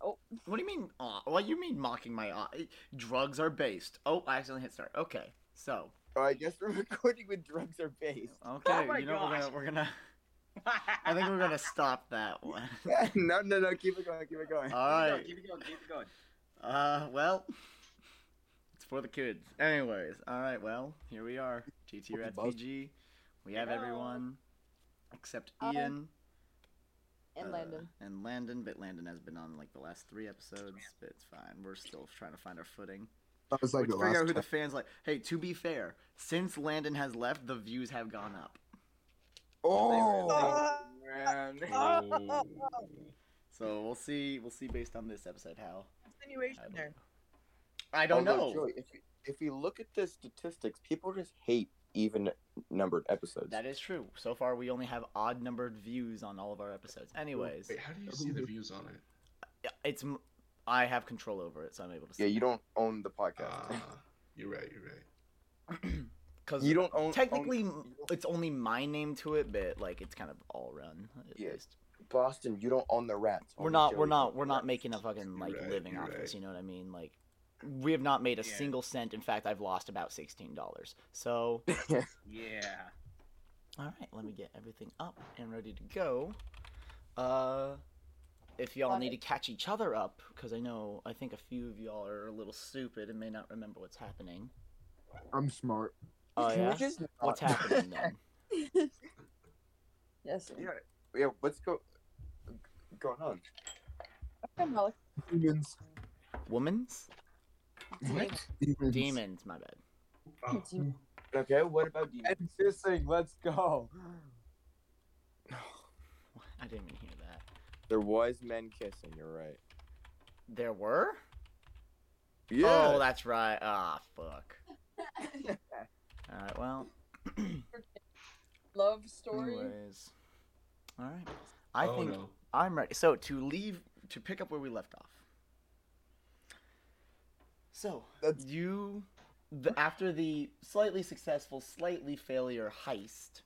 What do you mean? Aw? What do you mean mocking my aw? Drugs are based. Oh, I accidentally hit start. Okay, so Oh, I guess we're recording with drugs are based. okay, Oh my you know we're gosh. gonna we're gonna. I think we're gonna stop that one. no, no, no. Keep it going. Keep it going. Uh, All right. Keep it going. Keep it going. Uh, well, it's for the kids. Anyways, all right. Well, here we are. GT Hope you Rats buzz. PG. We have Hello. Uh, everyone except Um, Ian And uh, Landon. and Landon, but Landon has been on like the last three episodes. But it's fine. We're still trying to find our footing. That was like Let's the figure out last who the time. fans like. Hey, to be fair, since Landon has left, the views have gone up. Oh, Uh, Man. Oh, So we'll see. We'll see based on this episode how. insinuation I don't there. I don't Although, know. Joey, if, you, if you look at the statistics, people just hate even numbered episodes. That is true. So far, we only have odd numbered views on all of our episodes. Anyways, Wait, how do you see the views on it? it's m- I have control over it, so I'm able to. yeah, you don't own the podcast. Ah, you're right. You're right. Uh, because you don't own technically own- it's only my name to it, but like it's kind of all run. At Yeah, least. Boston. You don't own the rats. we're Only not Joey we're not owns we're the not rats. making a fucking like right, living you're off this. right. You know what I mean? Like we have not made a Yeah. single cent. In fact, I've lost about sixteen dollars. So Yeah. all right, let me get everything up and ready to go. Uh, if y'all Got need to catch each other up, because I know I think a few of y'all are a little stupid and may not remember what's happening. I'm smart. Oh Can we yeah, just not- what's happening then? Yes. yeah, yeah. What's go going on? Okay, Malik. Demons. Women's What? Demons. demons. My bad. Oh, Okay, what about you? And kissing. Let's go. I didn't even hear that. There was men kissing. You're right. There were. Oh, Yeah. that's right. Ah, fuck. All right. Well. Love story. Anyways. All right. I oh, think no. I'm ready. So to leave to pick up where we left off. So That's- you, the, after the slightly successful, slightly failure heist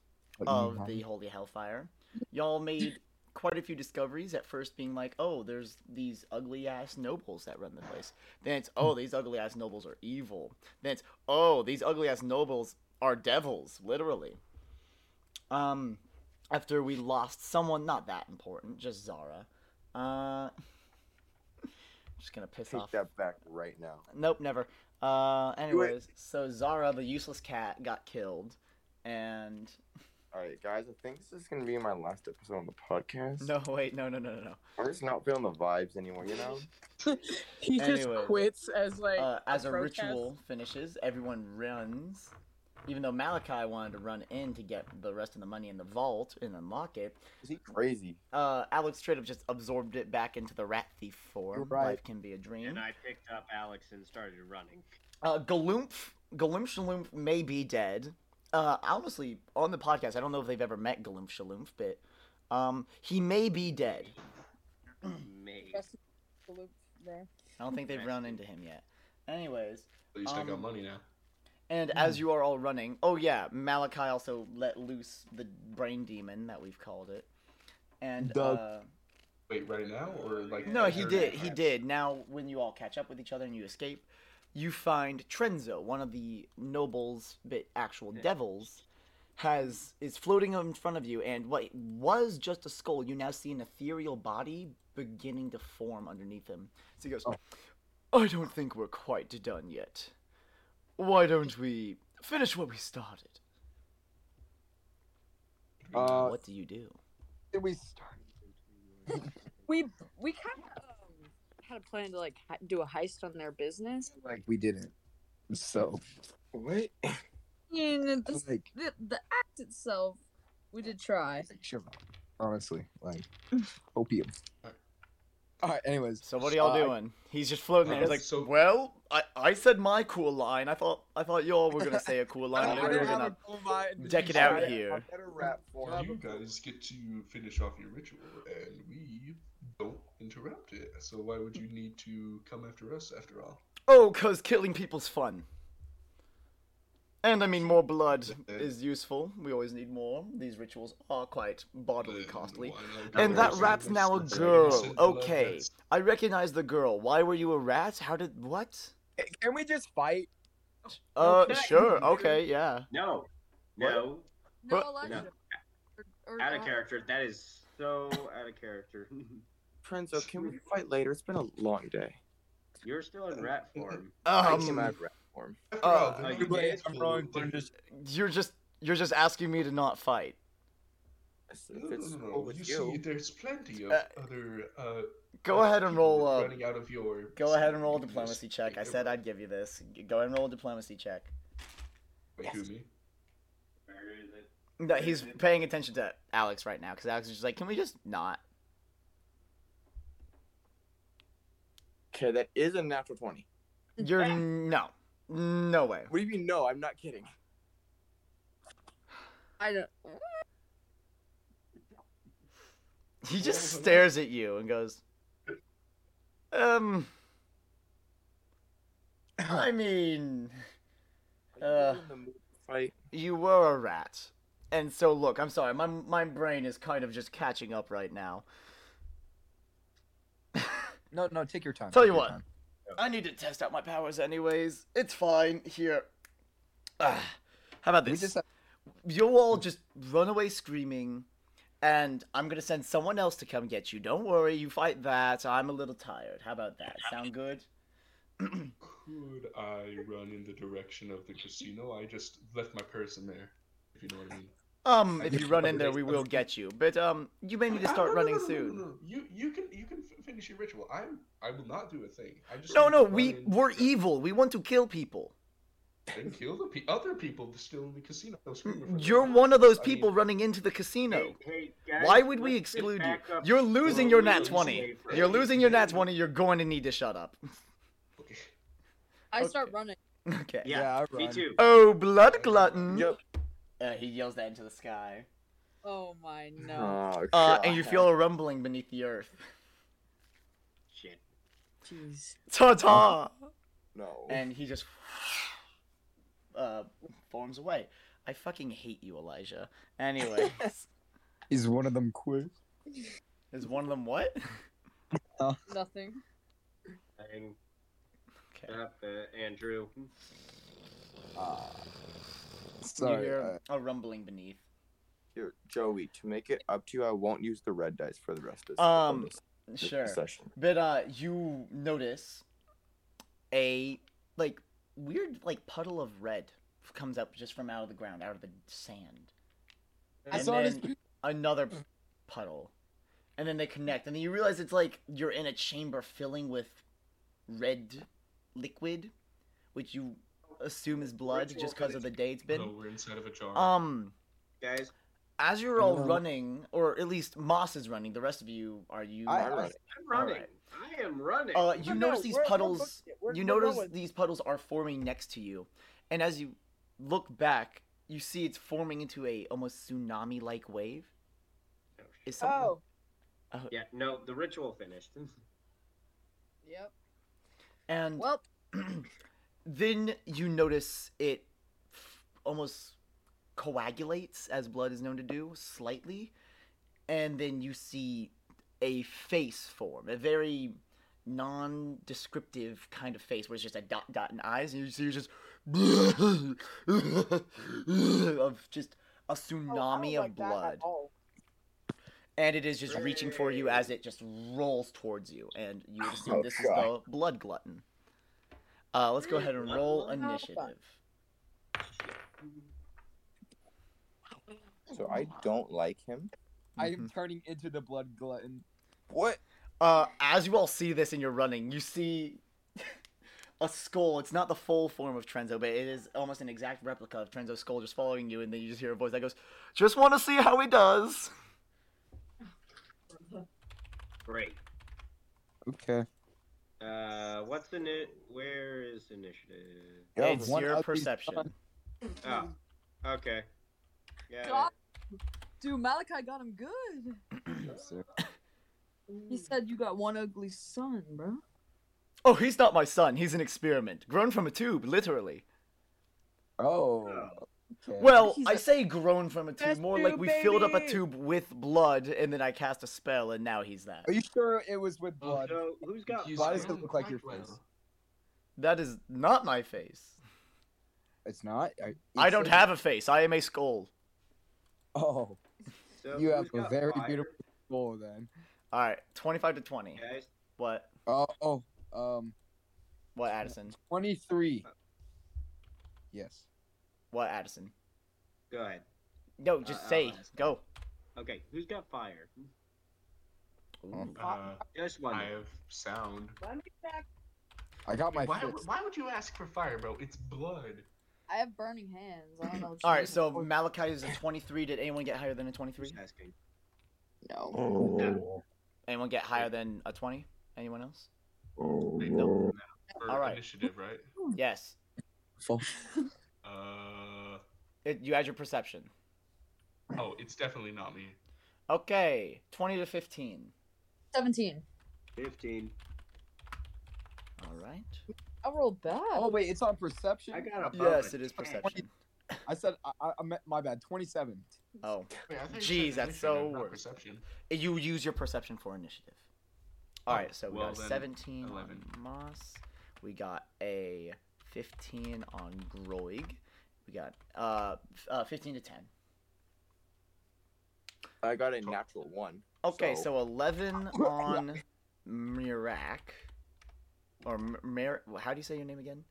of the Holy Hellfire, y'all made quite a few discoveries. At first, being like, "Oh, there's these ugly ass nobles that run the place." Then it's, "Oh, these ugly ass nobles are evil." Then it's, "Oh, these ugly ass nobles are devils, literally." Um, after we lost someone not that important, just Zara. Uh, just gonna piss Take off. that back right now. Nope, never. Uh, anyways, so Zara, the useless cat, got killed, and All right, guys. I think this is gonna be my last episode on the podcast. no, wait, no, no, no, no, no. I'm just not feeling the vibes anymore. You know. He just Anyway. quits as like Uh, as a protest. ritual finishes, everyone runs. Even though Malachi wanted to run in to get the rest of the money in the vault and unlock it, Is he crazy? uh, Alex straight up just absorbed it back into the rat thief form. Right. Life can be a dream. And I picked up Alex and started running. Uh, Galoomph, Galoomph Shaloomph may be dead. Uh, honestly, on the podcast, I don't know if they've ever met Galoomph Shaloomph, but um, he may be dead. Mate. Rest of the loop there. I don't think they've run into him yet. Anyways, At least I got Um, money now. and as you are all running, oh yeah, Malachi also let loose the brain demon that we've called it, and Doug. uh, Wait, right now or like? no, he after did, that? he did. Now, when you all catch up with each other and you escape, you find Trenzo, one of the nobles, but actual devils, has is floating in front of you, and what was just a skull, you now see an ethereal body beginning to form underneath him. So he goes, "I don't think we're quite done yet. Why don't we finish what we started?" Uh, what do you do? Did we start? We we kind of um, had a plan to like ha- do a heist on their business. Like we didn't. So What? And the, like, the, the act itself, we did try. shut up. Honestly, like opium. Alright. All right. Anyways, So what are y'all Uh, I- doing? He's just floating there. He's like, So- well, I, I said my cool line. I thought I thought y'all were gonna say a cool line. and then we were gonna deck it out here. Better rap for You guys get to finish off your ritual, and we don't interrupt it. So why would you need to come after us after all? Oh, cause killing people's fun. And I mean, more blood is useful. We always need more. These rituals are quite bodily And costly. why not And go that with rat's some now a innocent girl. blood Okay. that's- I recognize the girl. Why were you a rat? How did. What? Can we just fight? Uh, Okay. sure. Okay, yeah. No. No. No, Well, Elijah. Or- or Out of not. character. That is so out of character. Prenzo, can we fight later? It's been a long day. You're still in rat form. I came out Um, of rat form. After all, Uh, they're I really guess cool. They're- you're just. You're just asking me to not fight. If No, no, it's no, cool no. with You you. see, there's plenty of Uh, other. Uh, Go uh, ahead and people roll uh Running out of your. Go ahead and roll a Just diplomacy check. I take said over. I'd give you this. Go ahead and roll a diplomacy check. Wait, Yes. who, me? Where is it? No, he's paying attention to Alex right now because Alex is just like, can we just not? Okay, that is a natural 20. You're no, no way. What do you mean, no? I'm not kidding. I don't. He just stares at you and goes, um, I mean, Are you Uh. in the mood to fight? you were a rat, and so look, I'm sorry, my my brain is kind of just catching up right now. No, no, take your time. Tell take you your what. time. I need to test out my powers anyways. It's fine. Here. Ah, how about We this? just uh, You'll all just run away screaming, and I'm gonna send someone else to come get you. Don't worry, you fight that. I'm a little tired. How about that? Sound good? Could I run in the direction of the casino? I just left my purse in there, if you know what I mean. Um, if you run in there, we will get you. But um, you may need to Ah, start no, no, running no, no, no, no, soon. no. You you can you can f- finish your ritual. I I will not do a thing. I just No, need no, to run we in we're e- and- evil. We want to kill people. and kill the pe- other people still in the casino. screaming for You're their one of those lives. I mean, people running into the casino. Hey, hey, guys, Why would we let's get exclude you? back up You're to losing where your we nat were 20. safe. You're losing your nat 20. You're going to need to shut up. okay. I start Okay. running. Okay. Yeah, I Me run. too. Oh, blood glutton. Yep. Uh, he yells that into the sky. Oh my no. Oh, Uh, and you God. feel a rumbling beneath the earth. Shit. Jeez. Ta ta! Oh. No. And he just uh, forms away. I fucking hate you, Elijah. Anyway, Is one of them quick? is one of them what? Nothing. Thing. Okay. Up, uh, Andrew. Ah. you sorry. hear Uh, a rumbling beneath. Here, Joey, to make it up to you, I won't use the red dice for the rest of Um, this, this Sure. session. But uh, you notice a like weird like puddle of red comes up just from out of the ground, out of the sand. I and saw this. then another Mm. puddle, and then they connect, and then you realize it's like you're in a chamber filling with red liquid, which you assume is blood just because of the day it's No, been. we're inside of a jar. Um, Guys, as you're all No. running, or at least Moss is running, the rest of you are you. I- All right. I'm running. Alright. I am running. Uh, you No, notice no, these we're- we're puddles. booked it. We're- You we're notice going. these puddles are forming next to you, and as you look back, you see it's forming into a almost tsunami-like wave. Oh, shit. Is something? Oh. yeah, no, the ritual finished. Yep. And Well, oh, then you notice it f- almost coagulates as blood is known to do slightly and then you see a face form a very non-descriptive kind of face where it's just a dot dot and eyes and you see just of just a tsunami of blood and it is just reaching for you as it just rolls towards you and you would assume Oh, this God. is the blood glutton uh, let's go ahead and roll Blood glutton. initiative So I don't like him. I am turning into the blood glutton. What? Uh, as you all see this and you're running, you see a skull. It's not the full form of Trenzo, but it is almost an exact replica of Trenzo's skull just following you, and then you just hear a voice that goes, Just want to see how he does. Great. Okay. Uh, what's the ni- Where is initiative? Yeah, it's one your ugly perception. son. Oh, okay. Yeah. God. Dude, Malachi got him good. Yes, sir. Hmm. He said you got one ugly son, bro. Oh, he's not my son. He's an experiment. Grown from a tube, literally. Oh. Oh. Okay. Well, He's I a- say grown from a tube, Yes, more like tube, we filled up a baby! tube with blood, and then I cast a spell, and now he's that. Are you sure it was with Oh, blood? so who's got? He's Why does it grown look like your black face? That is not my face. It's not. I, I don't have a face. I am a skull. Oh, So You who's have a got very fire, beautiful- cool then. All right, twenty-five to twenty. Guys, What? Oh, oh, um, What Addison? twenty-three. Yes. What Addison? go ahead. No, just Uh, say I'll ask. go. Okay, who's got fire? Ooh. Uh, Just one. I have sound. Let me back. I got my. Why, fix. why would you ask for fire, bro? It's blood. I have burning hands. I don't know. what All right, you mean. so Malachi is a twenty-three. Did anyone get higher than a twenty-three? Who's asking? no. Oh. Anyone get higher than a twenty? Anyone else? no. For All right. initiative, right? Yes. Oh, Uh, It, you add your perception. oh, it's definitely not me. Okay, twenty to fifteen. Seventeen. Fifteen. All right. I roll bad. Oh wait, it's on perception. I got a. Yes, bonus. it is perception. I said I, I, I meant my bad. Twenty-seven. Oh, Wait, I thought you said Jeez, that's so initiative, not worse. Perception. you use your perception for initiative. All Oh, right, so we well got then, 17 11. on Moss. We got a 15 on Groig. We got uh, f- uh 15 to 10. I got a natural one. Okay, so, So- 11 on Mirak. Or M- Mer- how do you say your name again?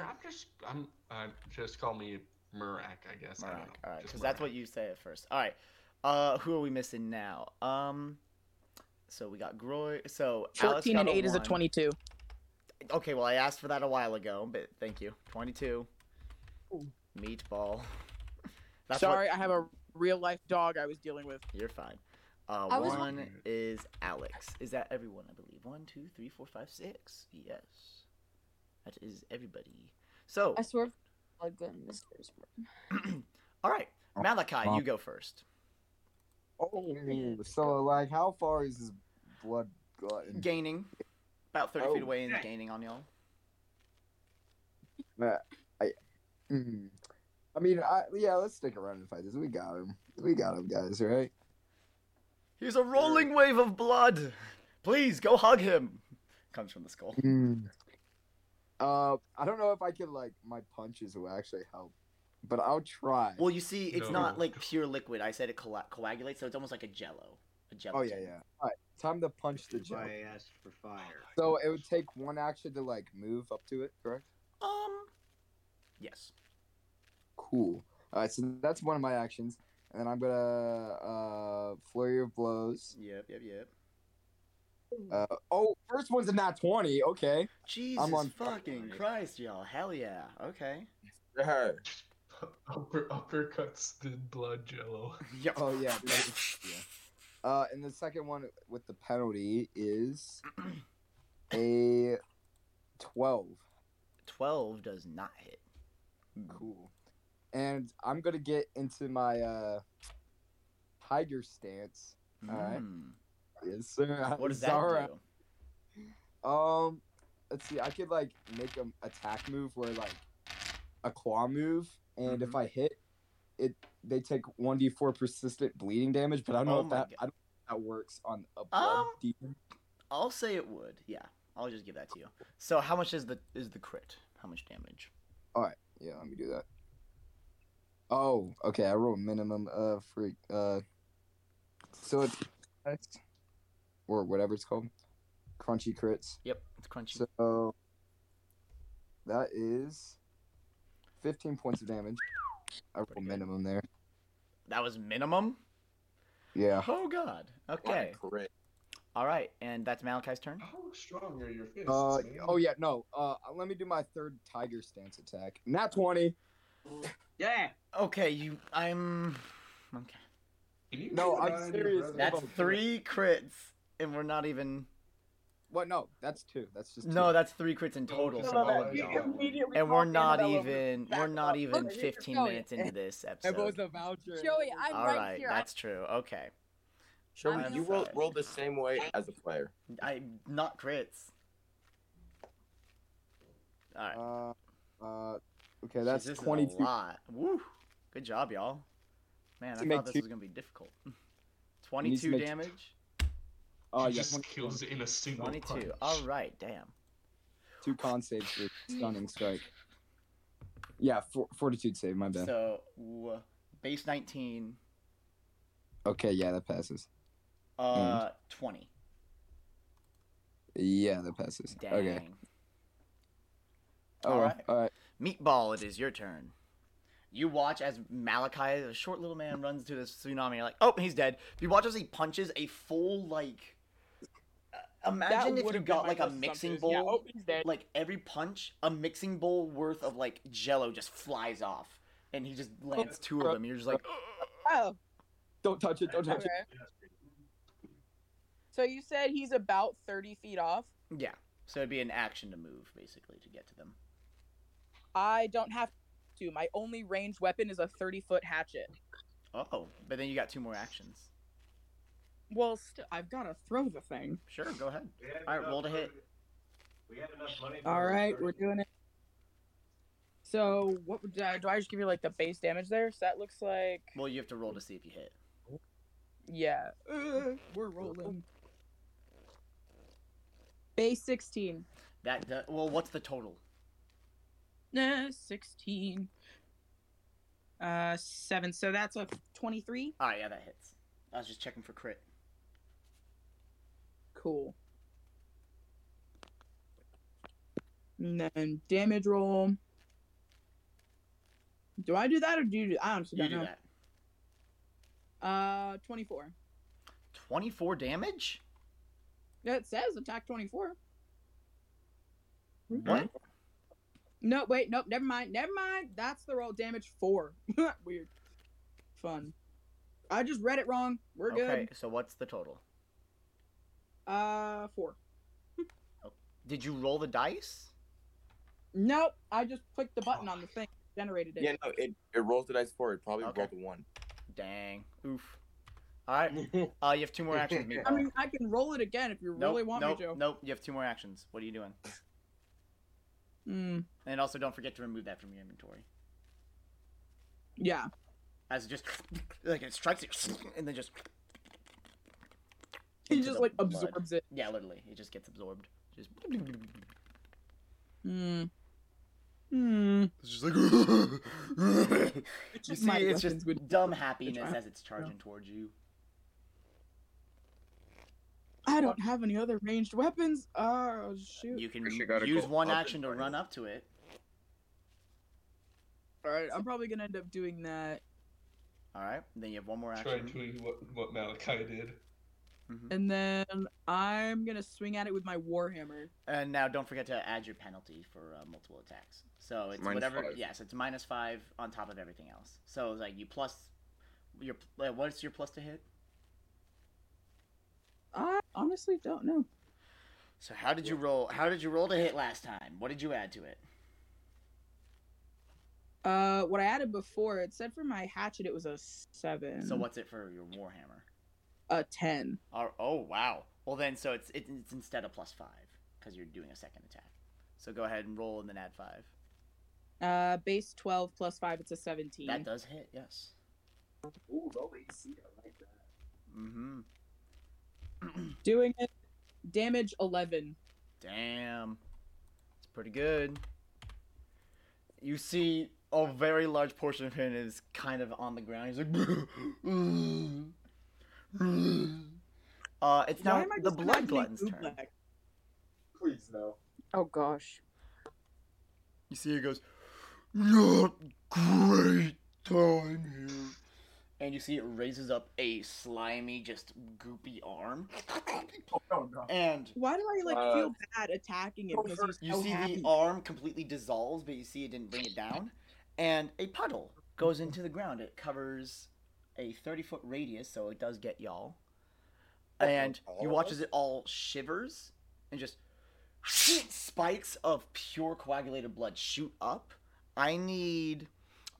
I'm just, I'm, uh, just call me Murak, I guess. I don't Mirak. know. All right, Just because that's Murak. what you say at first. All right. Uh, who are we missing now? Um, so we got Groig. So Alex 14 got and 8 is a one. 22. Okay, well, I asked for that a while ago, but thank you. 22. Ooh. Meatball. That's what- Sorry, I have a real life dog I was dealing with. you're fine. Uh, I was- one is Alex. Is that everyone, I believe? One, two, three, four, five, six. Yes. That is everybody. So, I swear, blood gun mysteries. all right. Oh, Malachi, wow. you go first. Oh, so like, how far is this blood glutton? Gaining. About 30 feet Oh. away and Nice. gaining on y'all. Uh, I, mm, I mean, I yeah, let's stick around and fight this. We got him. We got him, guys. Right? He's a rolling wave of blood. Please go hug him. Comes from the skull. Mm. Uh, I don't know if I can like my punches will actually help, but I'll try. Well, you see, it's not No. like pure liquid. I said it colla coagulates, so it's almost like a jello. A jello. oh yeah, yeah. All right, time to punch the That's why jelly. I asked for fire. So it would take one action to like move up to it, correct? Um. Yes. Cool. All right, so that's one of my actions, and then I'm gonna uh flurry of blows. Yep. Yep. Yep. Uh oh, first one's a nat twenty. Okay, Jesus on fire. fucking Christ, y'all! Hell yeah. Okay. Yeah. Upper, uppercuts the blood jello. Yep. Oh, yeah, that uh, and the second one with the penalty is a twelve. Twelve does not hit. Cool. And I'm gonna get into my uh tiger stance. Alright. Mm. Yes, sir. What does that Zara. do? Um, let's see. I could like make an attack move where like a claw move, and if Mhm. I hit, it they take one d four persistent bleeding damage. But I don't Oh know if my that God. I don't know if that works on a blood Um, demon. I'll say it would. Yeah. I'll just give that to you. So how much is the is the crit? How much damage? Yeah, let me do that. Oh, okay. I rolled minimum uh freak uh, so it's that's- or whatever it's called, crunchy crits. Yep. It's crunchy. So that is fifteen points of damage. I rolled Pretty good. minimum there. that was minimum. Yeah. Oh God. Okay. Crit. All right. And that's Malachi's turn. How strong are your fists? Uh, man? oh yeah, no. Uh, let me do my third tiger stance attack. Not twenty. Yeah. Okay. You. I'm. Okay. Can you No, keep an I'm eye on your serious. brother? That's Both. three crits, and we're not even. What? No, that's two. That's just two. No, that's three crits in No, total no, from no, all of you y'all. can- immediately And we're pop in not and I'll even back we're not up. even Look, you're 15 showing minutes into this It was episode. a voucher. Joey, I'm All right, right, here. that's true. Okay, Sure, I'm you roll, sorry. roll the same way as a player. I not crits. All right, Uh, uh, Okay, that's Jeez, this is a 22. lot. Woo! Good job, y'all. Man, Need I to make thought this two- was gonna be difficult. need to Twenty-two make- damage. Oh, she yeah. just kills it in a single Twenty-two. punch. All right, damn. Two con saves for stunning strike. Yeah, for, fortitude save, my bad. So w- base nineteen, okay, yeah, that passes. Mm-hmm. uh, twenty. Yeah, that passes. Dang. Okay. Oh, All all right. right. Meatball, it is your turn. You watch as Malachi, the short little man, runs to this tsunami. You're like, oh, he's dead. You watch as he punches a full like. uh, Imagine if you would've been got my like a best mixing bowl. assumption. Yeah, oh, he's dead. like every punch, a mixing bowl worth of like Jello just flies off, and he just lands two of them. You're just like, Oh, Don't touch it. Don't touch okay. it. So you said he's about 30 feet off. yeah. So it'd be an action to move basically to get to them. I don't have to. My only ranged weapon is a 30 foot hatchet. Oh, but then you got two more actions. Well, st- I've got to throw the thing. Sure, go ahead. We have All right, enough roll to hit. money- We have enough money. All right, we're doing it. So what would I, do I just give you like the base damage there? So that looks like Well, you have to roll to see if you hit. yeah. Uh, we're rolling. Base 16. That do- well, what's the total? Nah, 16. Uh, 7. So that's a 23. Ah, yeah, that hits. I was just checking for crit. Cool. And then damage roll. Do I do that or do you do I honestly You don't do know. that. Uh, 24. Twenty-four damage. Yeah, It says attack 24. What? No, wait, nope, never mind, never mind. That's the roll. Damage 4. Weird. Fun. I just read it wrong. We're Okay, so what's the total? good. Uh, 4. Did you roll the dice? Nope, I just clicked the button on the thing, generated it. Yeah, no, it, it rolls the dice four. It probably Okay. rolled a one. Dang. Oof. All right. Uh, you have two more actions. Meatball. I mean, I can roll it again if you Nope, really want nope, me to. Nope, you have two more actions. What are you doing? Mm, And also, don't forget to remove that from your inventory. yeah. As it just like it strikes you, and then just He into just the like mud. absorbs it. Yeah, literally, it just gets absorbed. Just Hmm. Hmm. it's just like It's you just see, my it's weapons just would- dumb happiness try. as it's charging towards you. I don't have any other ranged weapons. Oh shoot! You can Guess you gotta use go one up action and to fight run it. up to it. All right, I'm probably gonna end up doing that, All right, then you have one more Try action. doing what, what Malachi did. Mhm. and then I'm gonna swing at it with my warhammer. And now don't forget to add your penalty for uh, multiple attacks. So it's Minus whatever. five. Yes, it's minus five on top of everything else. So it's like you plus your uh, what's your plus to hit? I honestly don't know. So how did you roll? How did you roll to hit last time? What did you add to it? Uh, what I added before, it said for my hatchet it was a seven. So what's it for your warhammer? A ten. Oh, oh wow. Well then, so it's it's, it's instead of plus five because you're doing a second attack. So go ahead and roll and then add five. Uh, base twelve plus five, it's a seventeen. That does hit. Yes. Mm-hmm. Doing it. Damage eleven. Damn. It's pretty good. You see a very large portion of him is kind of on the ground. He's like Uh it's now Why am I the just blood imagining glutton's turn. Oobleck? Please no. Oh gosh. You see he goes Not great time here. And you see it raises up a slimy, just goopy arm. And Why do I like Uh, feel bad attacking it? Because he's You so see happy. the arm completely dissolves, but you see it didn't bring it down. And a puddle goes into the ground. It covers a 30 foot radius, so it does get y'all. And you watch as it all shivers and just spikes of pure coagulated blood shoot up. I need.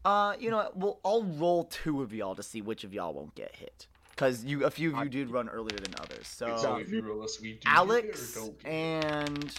Uh, you know, what, we'll I'll roll two of y'all to see which of y'all won't get hit, cause you a few of you did run earlier than others. So so if you roll us, we do get it or Alex don't get it? and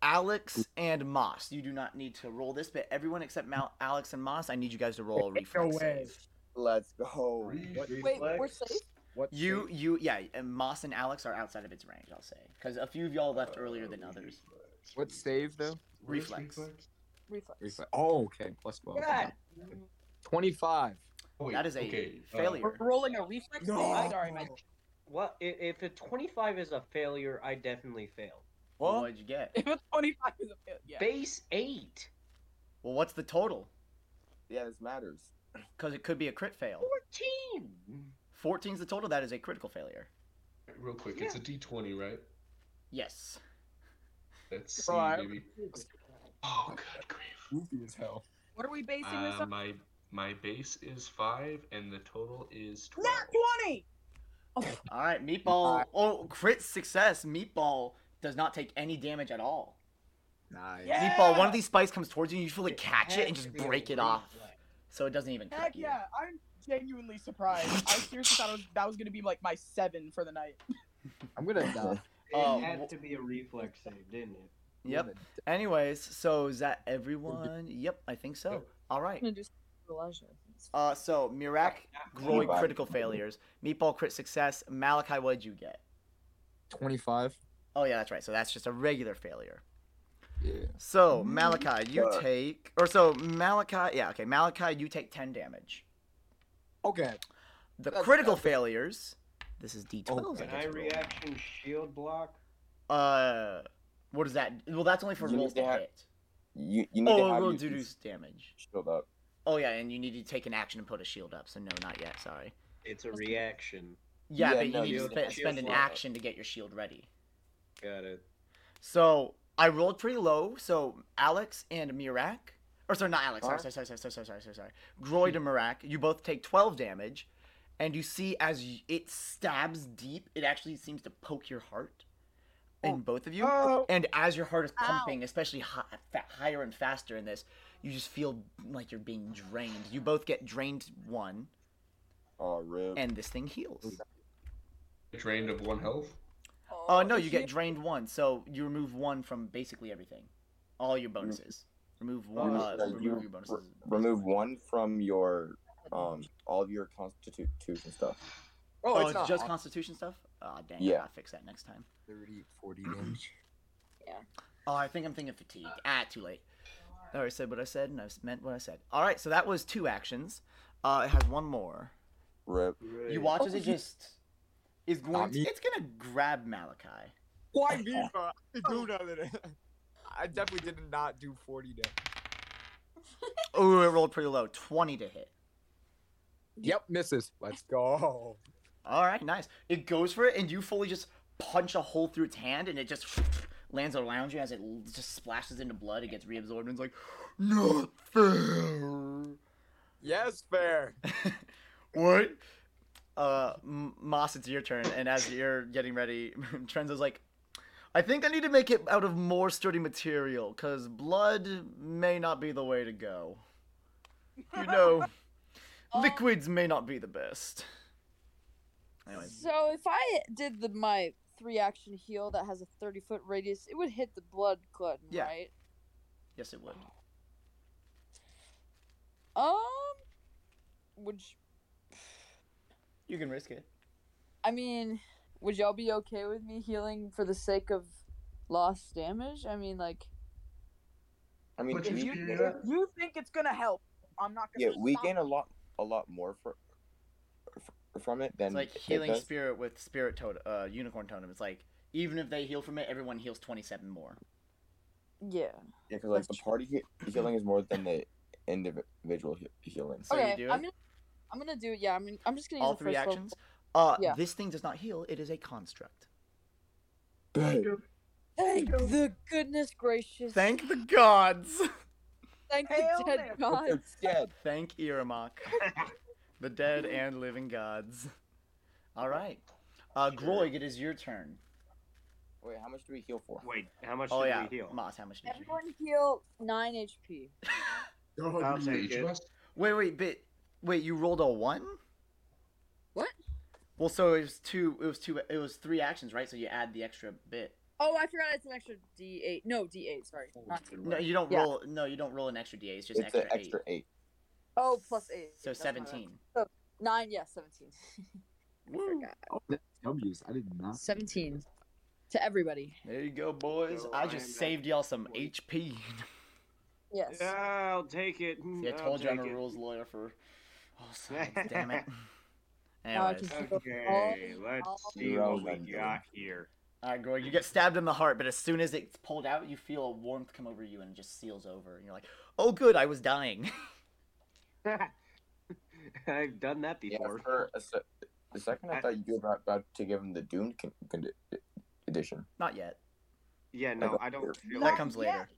Alex and Moss. You do not need to roll this, but everyone except Mal- Alex and Moss, I need you guys to roll a reflex. away. save. Let's go. Reflex. Wait, we're safe. What You, you, yeah. And Moss and Alex are outside of its range. I'll say because a few of y'all left earlier than Uh, others. reflex. What save though? What is Reflex. Reflex. Reflex. Oh, okay. Plus twelve. God. Twenty-five. Oh, wait, That is a okay, uh, failure. We're rolling a reflex. No. save? Sorry, my Well, i- if a 25 is a failure, I definitely failed. Well, What? What'd you get? If a 25 is a fail, yeah. Base 8. Well, what's the total? Yeah, this matters. Because it could be a crit fail. 14. 14 is the total. That is a critical failure. real quick, it's a D20, right? Yes. Let's see, Bro, I- baby. Oh, good grief. Goofy as hell. What are we basing this Uh, on? my my base is five, and the total is twelve. Not 20! All right, Meatball. Oh, crit success. Meatball does not take any damage at all. Nice. Yeah. Meatball, one of these spikes comes towards you, you fully catch it has and just to be a break it off. reflex. So it doesn't even cut Heck you. yeah, I'm genuinely surprised. I seriously thought it was, that was going to be like my seven for the night. I'm gonna die. It Oh, had wh- to be a reflex save, didn't it? Yep. Anyways, so is that everyone? Yep, I think so. All right. I'm gonna do Elijah. Uh, so Mirak, growing Meatball. critical failures. Meatball, crit success. Malachi, what did you get? Twenty-five. Oh yeah, that's right. So that's just a regular failure. Yeah. So Malachi, you Sure. take, or so Malachi, yeah, okay, Malachi, you take ten damage. Okay. The That's- critical failures. This is D12. Oh, I Can guess I roll. reaction shield block? Uh, what is that? Well, that's only for You rolls need to to have- hit. You you need to Oh, have roll your reduce damage. shield up. Oh yeah, and you need to take an action and put a shield up. So no, not yet. Sorry. It's a reaction. Yeah, Yeah, but you no, need to you- spe- shield spend an slot. action to get your shield ready. Got it. So I rolled pretty low. So Alex and Mirak, or sorry, not Alex. Sorry, Huh? sorry, sorry, sorry, sorry, sorry, sorry, sorry, sorry. Groid and Mirak, you both take twelve damage, and you see as y- it stabs deep, it actually seems to poke your heart, Oh, in both of you. And as your heart is pumping, especially hi- fa- higher and faster in this, you just feel like you're being drained. You both get drained one, Oh, rip. and this thing heals. Drained of one health. Oh no, you get drained one, so you remove one from basically everything, all your bonuses. Remove one. Uh, Uh, remove you your bonuses. re- remove one from your um all of your constitution stuff. Oh, it's, just Constitution stuff. Oh dang! Yeah. I gotta fix that next time. 30, 40 damage. Oh, I think I'm thinking fatigue. Ah, too late. I already said what I said, and I meant what I said. All right, so that was two actions. Uh, it has one more. Rip. You Right. watch as it just is going. Not To, me. it's gonna grab Malachi. Why me, bro? I do nothing. I definitely did not do 40 damage. Oh, it rolled pretty low. Twenty to hit. Yep, misses. Let's go. All right, nice. It goes for it, and you fully just punch a hole through its hand, and it just lands around you as it l- just splashes into blood. It gets reabsorbed, and it's like, not fair. Yes, fair. what? Uh, M- Moss, it's your turn, and as you're getting ready, Trenzo's like, I think I need to make it out of more sturdy material, because blood may not be the way to go. You know, Oh. liquids may not be the best. Anyways. So if I did the my three action heal that has a thirty foot radius, it would hit the blood glutton, Yeah. right? Yes, it would. Um, would y- You can risk it. I mean, would y'all be okay with me healing for the sake of lost damage? I mean, like, I mean, But If we, you, Yeah. if you think it's going to help, I'm not yeah, going to we gain a lot a lot more for, f from it than It's like it healing does. spirit with spirit totem, uh, unicorn totem. It's like even if they heal from it, everyone heals twenty seven more. yeah. Yeah, because like the That's party he- healing is more than the individual he- healing. So you okay, do I'm it? gonna, I'm gonna do it. Yeah, I'm, gonna- I'm just gonna All use the three first level. actions. Uh, Yeah. this thing does not heal. It is a construct. Bang. Thank the goodness gracious. Thank the gods. Thank the Hail dead Mary. god. It's dead. Thank Iramok, the dead and living gods. All right, uh, Groig, it is your turn. Wait, how much do we heal for? Wait, how much Oh did yeah, we heal? Moss, how much did you? Everyone heal nine HP. I'll take Um, Each of it. us? Wait, wait, but wait, you rolled a one. What? Well, so it was two. It was two. It was three actions, right? So you add the extra bit. Oh, I forgot it's an extra D8. No, D8. Sorry. Oh, Not D8. No, you don't Yeah. roll. No, you don't roll an extra d8. It's just it's an an extra, extra eight. eight. Oh, plus eight. So That's my bad. seventeen. Nine. Yes, seventeen. I forgot. Oh, that's W's. I did not. Seventeen to everybody. There you go, boys. So I I just am at saved y'all some forty. HP. Yes. I'll take it. See, I I'll told you I'm a take it. rules lawyer for. Oh, science, damn it. Now Oh, I Anyways. can- Okay, All- let's see Roll what that we got here. Alright, Gore, you get stabbed in the heart, but as soon as it's pulled out, you feel a warmth come over you and it just seals over. And you're like, oh, good, I was dying. I've done that Yeah, before. for a, se- a second, I, I- thought you were about to give him the Dune con- con- edition. Not yet. Yeah, no, I don't feel That like. comes yet. later.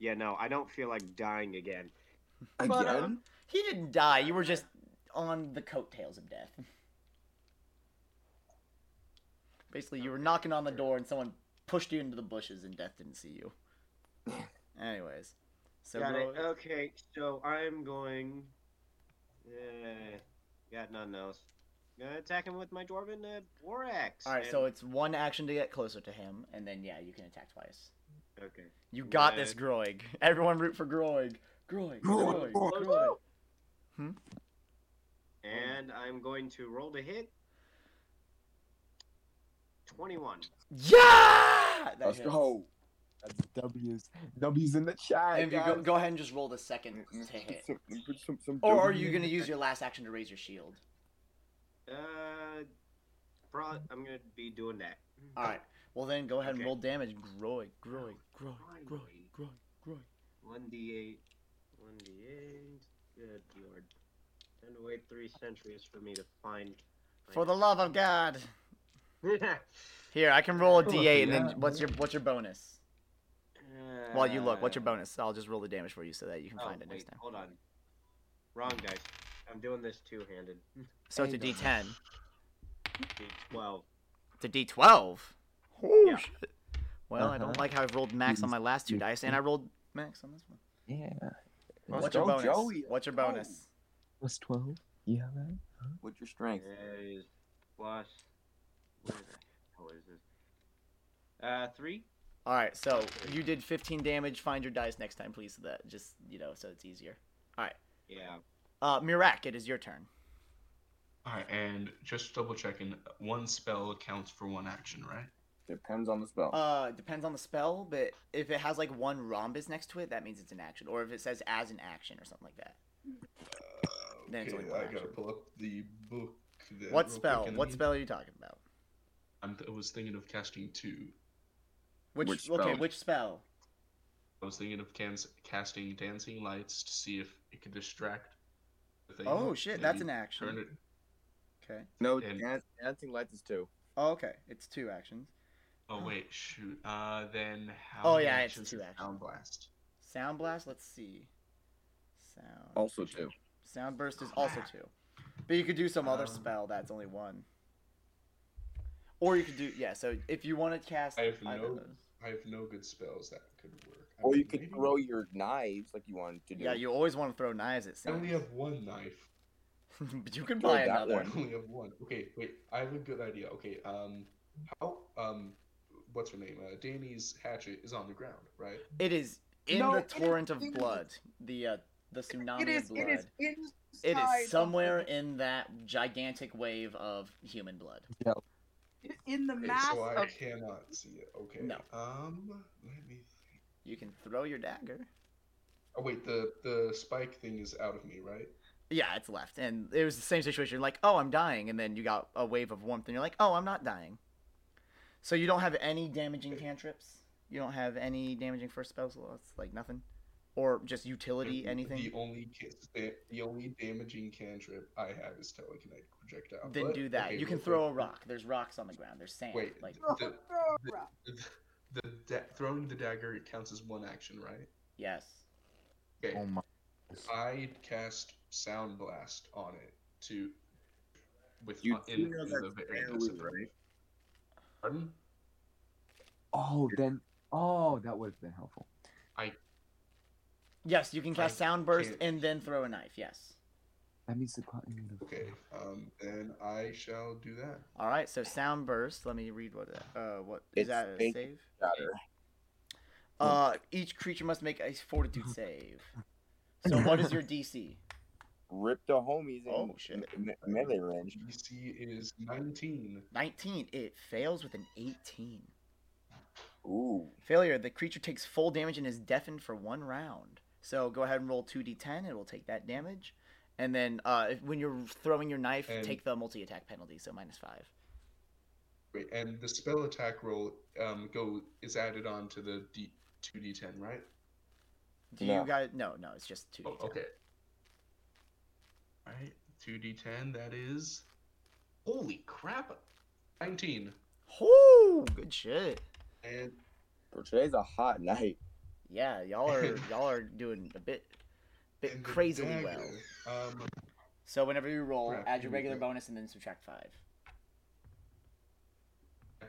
Yeah, no, I don't feel like dying again. But, Again? He didn't die, you were just on the coattails of death. Basically, Oh, you were knocking on the door and someone pushed you into the bushes and death didn't see you. Anyways. So, got it. Gore- Okay, so I'm going. Uh, got nothing else. Gonna attack him with my dwarven uh, war axe. All right, and- so it's one action to get closer to him, and then yeah, you can attack twice. okay. You got this, Right. Groig. Everyone root for Groig. Groig. Groig. Groig, Groig. Groig. And I'm going to roll to hit. Twenty-one. Yeah. That Let's hits. go. That's W's. W's in the chat. And if you go, guys. go ahead and just roll the second to hit, Some- put some- some or Dune are in you there. gonna use your last action to raise your shield? Uh, probably I'm gonna be doing that. All right. Well then, go ahead and Okay. roll damage. Groig. Groig. Groig. Groig. Finally. Groig. Groig. One D eight. One D eight. Good lord. Time to wait three centuries for me to find. For the love of God. the. Here, I can roll a Look at D8, and that, then what's your what's your bonus? While you look, what's your Uh, bonus? bonus? I'll just roll the damage for you so that oh, you can find it Uh, oh, wait, next time. Hold on. Wrong dice. I'm doing this two handed. So it's a There you D10. Twelve. to D12. Yeah. shit. Well, I don't Uh-huh. like how I've rolled max on my last two dice, and I rolled max on this one. Yeah. What's Let's your go, bonus? Joey. What's your Go. bonus? Plus 12. Yeah, man. What's your strength? Is plus. What the hell is this? Uh, three. All right, so you did 15 damage. Find your dice next time, please. So that just you know, so it's easier. Yeah. Uh, Mirak, it is your turn. Alright, and just double checking, one spell counts for one action, right? Depends on the spell. Uh, depends on the spell, but if it has like one rhombus next to it, that means it's an action, or if it says as an action or something like that. Then it's okay, only one I gotta action. pull up the book. there real What quick, spell? and I What mean- spell are you talking about? I'm, I was thinking of casting two. Which, Which okay, spell? which spell? I was thinking of cans- casting dancing lights to see if it could distract. The thing. Oh shit, and that's you an Turn action. it. Okay. no, and- dan- dancing lights is two. Oh, okay, it's two actions. Oh wait, shoot. Uh, then how? Oh, many yeah, it's actions two is actions. Sound blast. Sound blast. Let's see. Sound. Also two. Sound burst is also two, but you could do some other Um, spell that's only one. Or you could do yeah. So if you want to cast, I have either of no- those- I have no good spells that could work. I Or mean, you could maybe- throw your knives like you wanted to do. Yeah, you always want to throw knives at I only sound. have one knife. but you can Throw buy that another. I one. only have one. Okay, wait. I have a good idea. Okay. Um, how? Um, what's her name? Uh, Danny's hatchet is on the ground, right? It is in No, the it is torrent of in- blood. The uh, the tsunami It is. of blood. It is inside. It of is the- somewhere in that gigantic wave of human blood. in the Okay, mass so I of cannot see it. Okay. No. Um, let me. Think. You can throw your dagger. Oh wait, the the spike thing is out of me, right? Yeah, it's left, and it was the same situation. You're like, oh, I'm dying, and then you got a wave of warmth, and you're like, oh, I'm not dying. So you don't have any damaging cantrips. You don't have any damaging first spells. Well, It's like nothing, or just utility, The- The anything. only ca- the only damaging cantrip I have is telekinetic projectile. Then but- do that. okay, you can real throw quick, a rock. There's rocks on the ground. There's sand. Wait, like the, Aurora. the, the da- throwing the dagger it counts as one action, right? yes. Okay. Oh my. I cast sound blast on it to with You uh, do in, know that's in the variance fairly of it. right. Pardon? Oh, then. Oh, that would have been helpful. Yes, you can cast I sound burst can't- and then throw a knife. Yes. That means the button. Okay, um, then I shall do that. All right, so sound burst. Let me read what that- uh what is It's that a thank- save? Shatter. Uh, each creature must make a fortitude save. So what is your DC? Rip the homies in Oh, shit. me- me- melee range. DC is 19. 19. It fails with an 18. Ooh. Failure. The creature takes full damage and is deafened for one round. So go ahead and roll 2d10. It will take that damage. And then uh, if- when you're throwing your knife, And- take the multi attack penalty, so minus five. Wait, and the spell attack roll um go is added on to the D two D ten, right? Do No. you guys. No, no, it's just 2d10. Oh, okay. All right, two D ten. That is, holy crap, nineteen. Whoo! Good shit. And Bro, today's a hot night. Yeah, y'all are y'all are doing a bit bit and the crazily well. dagger, Um, So whenever you roll, Crap, add your here we regular go. bonus and then subtract five.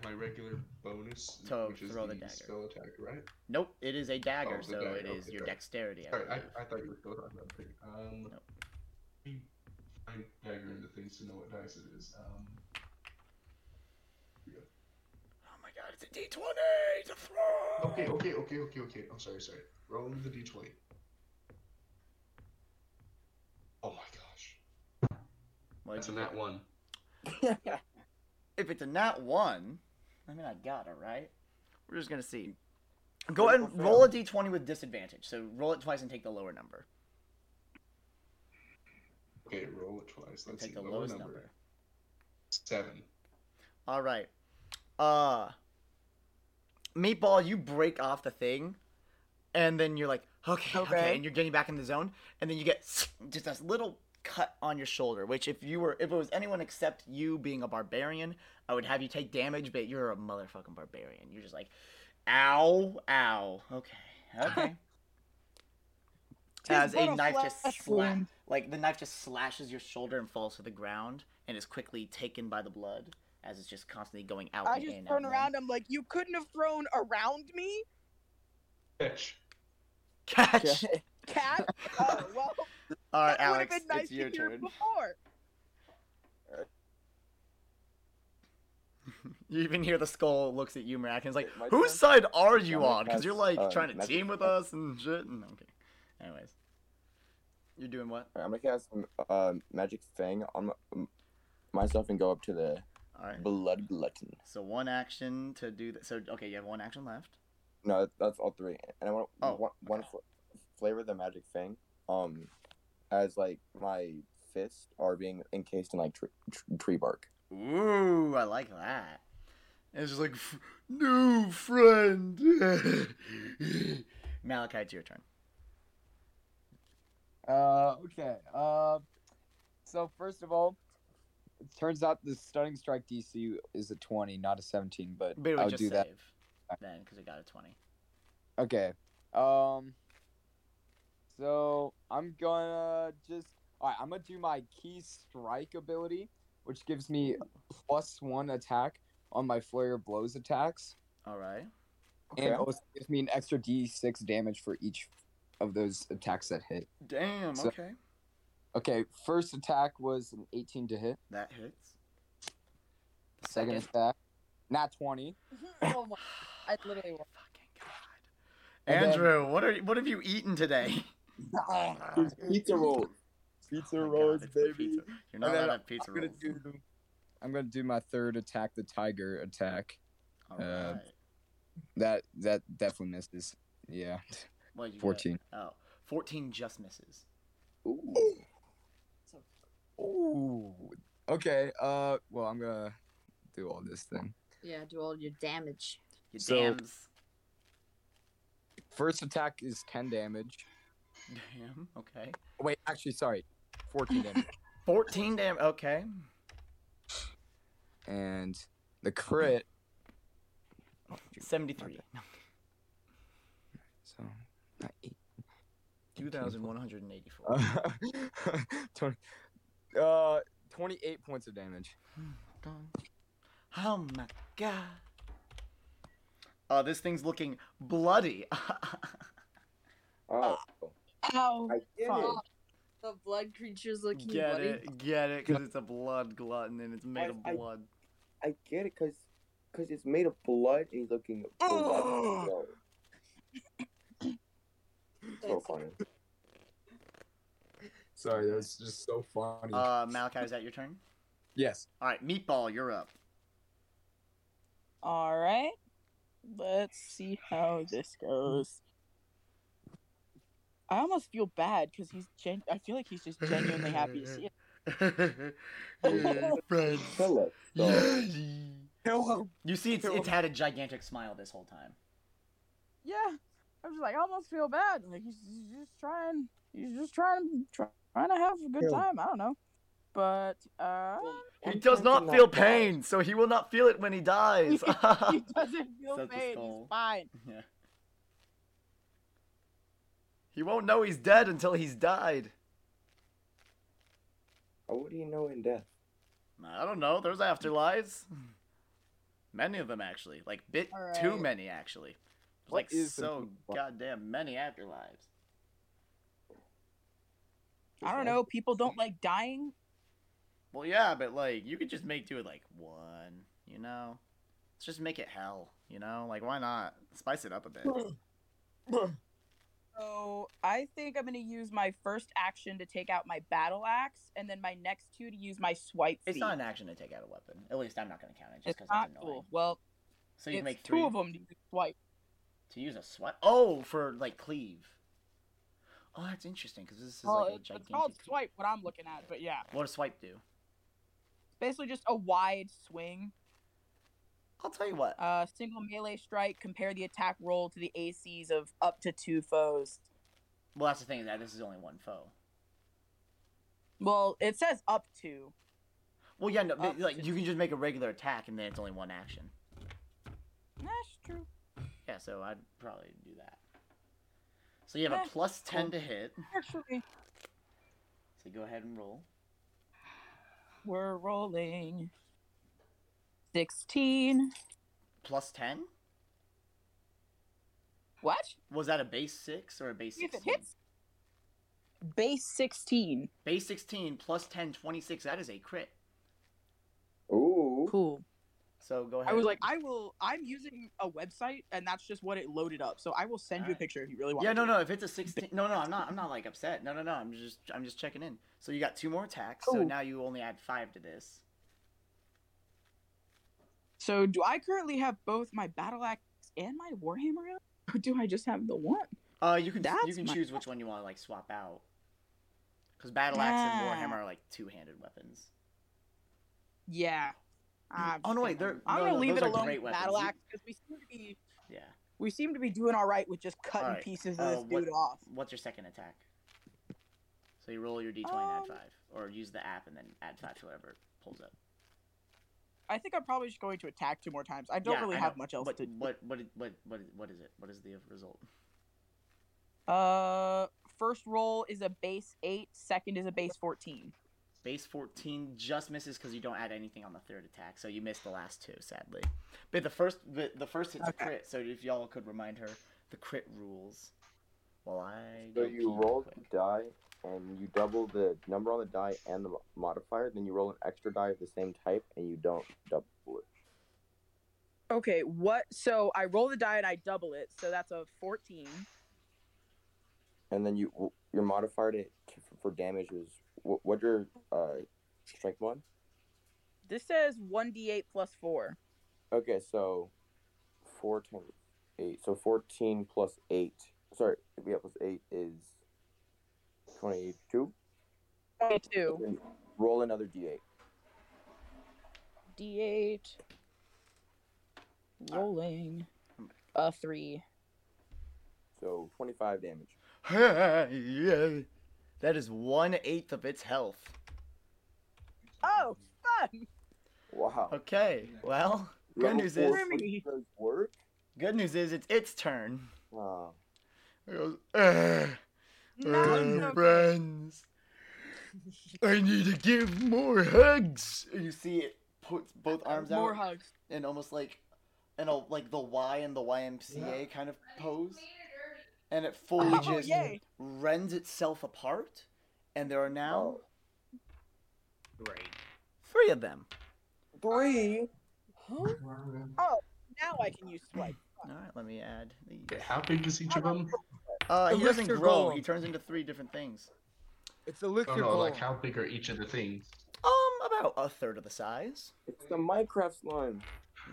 my regular bonus, To which is throw the the dagger. spell attack, right? Nope, it is a dagger, Oh, the so dagger, it is okay, your sorry. dexterity. I Sorry, I, believe. I thought you were still talking about the thing. Um, Nope. let me find dagger into things to know what dice it is. Um, Oh my god, it's a D twenty to throw. okay, okay, okay, okay, okay. I'm sorry, sorry. Rolling the d20. Oh my gosh, Well, that's a nat one. if it's a nat one, I mean I got it right. We're just gonna see. Go ahead and roll a D twenty with disadvantage. So roll it twice and take the lower number. Okay, roll it twice. And Let's see. take the Lower lowest number. number. Seven. All right. Uh, Meatball, you break off the thing, and then you're like, okay, okay, Okay. and you're getting back in the zone, and then you get just a little cut on your shoulder. Which, if you were, if it was anyone except you being a barbarian, I would have you take damage, but you're a motherfucking barbarian. You're just like, ow, ow. Okay, okay. As a knife just sla- wound. like the knife just slashes your shoulder and falls to the ground, and is quickly taken by the blood as it's just constantly going out I and just in. out turn and in. around. I'm like, you couldn't have thrown around me, Catch. Catch. cat. oh well, All right, that would have Alex, been nice it's to your hear turn. before. You even hear the skull looks at you, Mac, and it's like, It might "Whose sound- side are you Yeah, on? Because you're like that's, uh, trying to magic team with spell. us and shit." And, okay. Anyways, you're doing what? Alright, I'm gonna cast um, uh, magic fang on my, um, myself and go up to the All right. blood glutton. So one action to do that. So okay, you have one action left. No, that's all three. And I want Oh, one, one fl- flavor of the magic fang. Um, as like my fists are being encased in like tr- tr- tree bark. Ooh, I like that. And it's just like, "F- "New friend." Malachi, it's your turn. Uh, okay. Uh, so first of all, it turns out the stunning strike DC is a twenty, not a seventeen. But But it would I'll just do that. save then because it got a twenty. Okay. Um. So I'm gonna just. All right. I'm gonna do my key strike ability, which gives me plus one attack on my flare of blows attacks, All right. and Okay. also gives me an extra D6 damage for each of those attacks that hit. Damn. So- okay. Okay. First attack was an 18 to hit. That hits. Second attack, not 20. oh my, I literally wa- Fucking god. And then- Ah, Andrew, what are what have you eaten today? Pizza rolls. Pizza Oh my God, rolls, it's the baby. pizza. You're not And allowed then to have pizza I'm gonna rolls. do. I'm gonna do my third attack, the tiger attack. Alright. uh, That that definitely misses. Yeah, What'd you get? 14. Oh. 14 just misses. Ooh. Ooh. Okay. Uh. Well, I'm gonna do all this then. yeah, do all your damage. You So- damns. First attack is 10 damage. Damn. Okay. Wait, actually, sorry, 14 damage. 14 damn. Okay. and the crit. Oh, 73. So. not eight. 2,184. Uh, 20, uh, 28 points of damage. Oh my god. Uh, this thing's looking bloody. Oh, Ow. I did it. The blood creature's looking Get bloody. it, get it, because it's a blood glutton and it's made of I- I- blood. I get it, cause, cause it's made of blood and he's looking. Oh! Yo, so funny. Sorry, that was just so funny. Uh, Malachi, is that your turn? yes. All right, Meatball, you're up. All right. Let's see how this goes. I almost feel bad because he's gen- I feel like he's just genuinely happy to see it. Friends. Philip. So, Yeah. Hello. You see, it's, it's had a gigantic smile this whole time. Yeah. I was like, I almost feel bad. Like he's, he's just trying he's just trying try, trying to have a good Yeah. time. I don't know. But uh He does not feel pain, so he will not feel it when he dies. he doesn't feel Such a pain. skull. He's fine. Yeah. He won't know he's dead until he's died. how would he know in death? I don't know. There's afterlives. Many of them, actually. Like, bit too Alright. many, actually. What Like, is the so meatball? goddamn many afterlives. I don't know. People don't like dying. Well, yeah, but, like, you could just make do it, like, one, you know? Let's just make it hell, you know? Like, why not? Spice it up a bit. So I think I'm gonna use my first action to take out my battle axe, and then my next two to use my swipe. It's feet. not an action to take out a weapon. At least I'm not going to count it just It's because it's, not annoying. cool. Well, So you can it's make three two of them to use swipe. to use a swipe. Oh, for like cleave. Oh, that's interesting because this is Well, like a it's, gigantic. it's called swipe. What I'm looking at, but yeah, What does swipe do? it's basically just a wide swing. I'll tell you what. Uh, single melee strike. Compare the attack roll to the ACs of up to two foes. well, that's the thing is that this is only one foe. Well, it says up to. Well, yeah, no, but, Up like to- you can just make a regular attack and then it's only one action. That's true. Yeah, so I'd probably do that. So you have a Yeah, plus ten Eh, cool. to hit. Actually, So go ahead and roll. we're rolling. Sixteen. Plus ten? What? Was that a base six or a base If it sixteen? hits. Base sixteen. Base sixteen plus 10, 26. That is a crit. Ooh. Cool. So go ahead. I was like, I will. I'm using a website, and that's just what it loaded up. So I will send you a Alright. picture if you really want. Yeah, me no, to. no. If it's a sixteen, no, no, I'm not. I'm not like upset. No, no, no. I'm just, I'm just checking in. So you got two more attacks. So Cool. now you only add five to this. So do I currently have both my battle axe and my warhammer out, or do I just have the one? Uh, you can, you That's can my- choose which one you want to like swap out. Because battle axe and Ah. warhammer are like two-handed weapons. Yeah. I'm Mm, Oh, no, just wait, gonna- they're- I'm no, gonna no, leave those it are alone great with battle weapons. axe because we seem to be Yeah. we seem to be doing all right with just cutting Alright, pieces of uh, this what- dude off. What's your second attack? So you roll your d20 and add Um, five, or use the app and then add five to whatever pulls up. I think I'm probably just going to attack two more times. I don't Yeah, really I have know. much else What, to. what, what, what, what, what is it? What is the result? Uh, first roll is a base eight. Second is a base fourteen. Base 14 just misses because you don't add anything on the third attack, so you missed the last two, sadly. But the first the, the first hit's Okay. a crit, so if y'all could remind her the crit rules. Well, I So go you pee roll quick. the die and you double the number on the die and the mo- modifier. Then you roll an extra die of the same type and you don't double it. Okay, what? So I roll the die and I double it, so that's a fourteen. And then you your modifier to, for damage is what? What your uh strike one? This says one d eight plus four. Okay, so four times eight. So fourteen plus eight. Sorry, yeah, plus eight is twenty-two. Twenty-two. Then Roll another d8. D eight. Rolling. A three. So twenty-five damage. that is one eighth of its health. Oh, fun! Wow. Okay, well, good Level news four is- for Remy. those work. good news is it's its turn. Wow. It goes, "Ugh, Now ugh, it's okay. friends, I need to give more hugs. And You see it puts both arms out. More hugs. and almost like in a like the Y and the YMCA kind of pose, and it fully Oh, just yay. rends itself apart, and there are now Oh. Great. three of them. Three. Huh? Now I can use swipe. All right, let me add these. Okay, how big is each of them? Uh, he doesn't Elixir grow. golem. He turns into three different things. It's elixir Oh no, golem. like how big are each of the things? Um, about a third of the size. It's the Minecraft slime.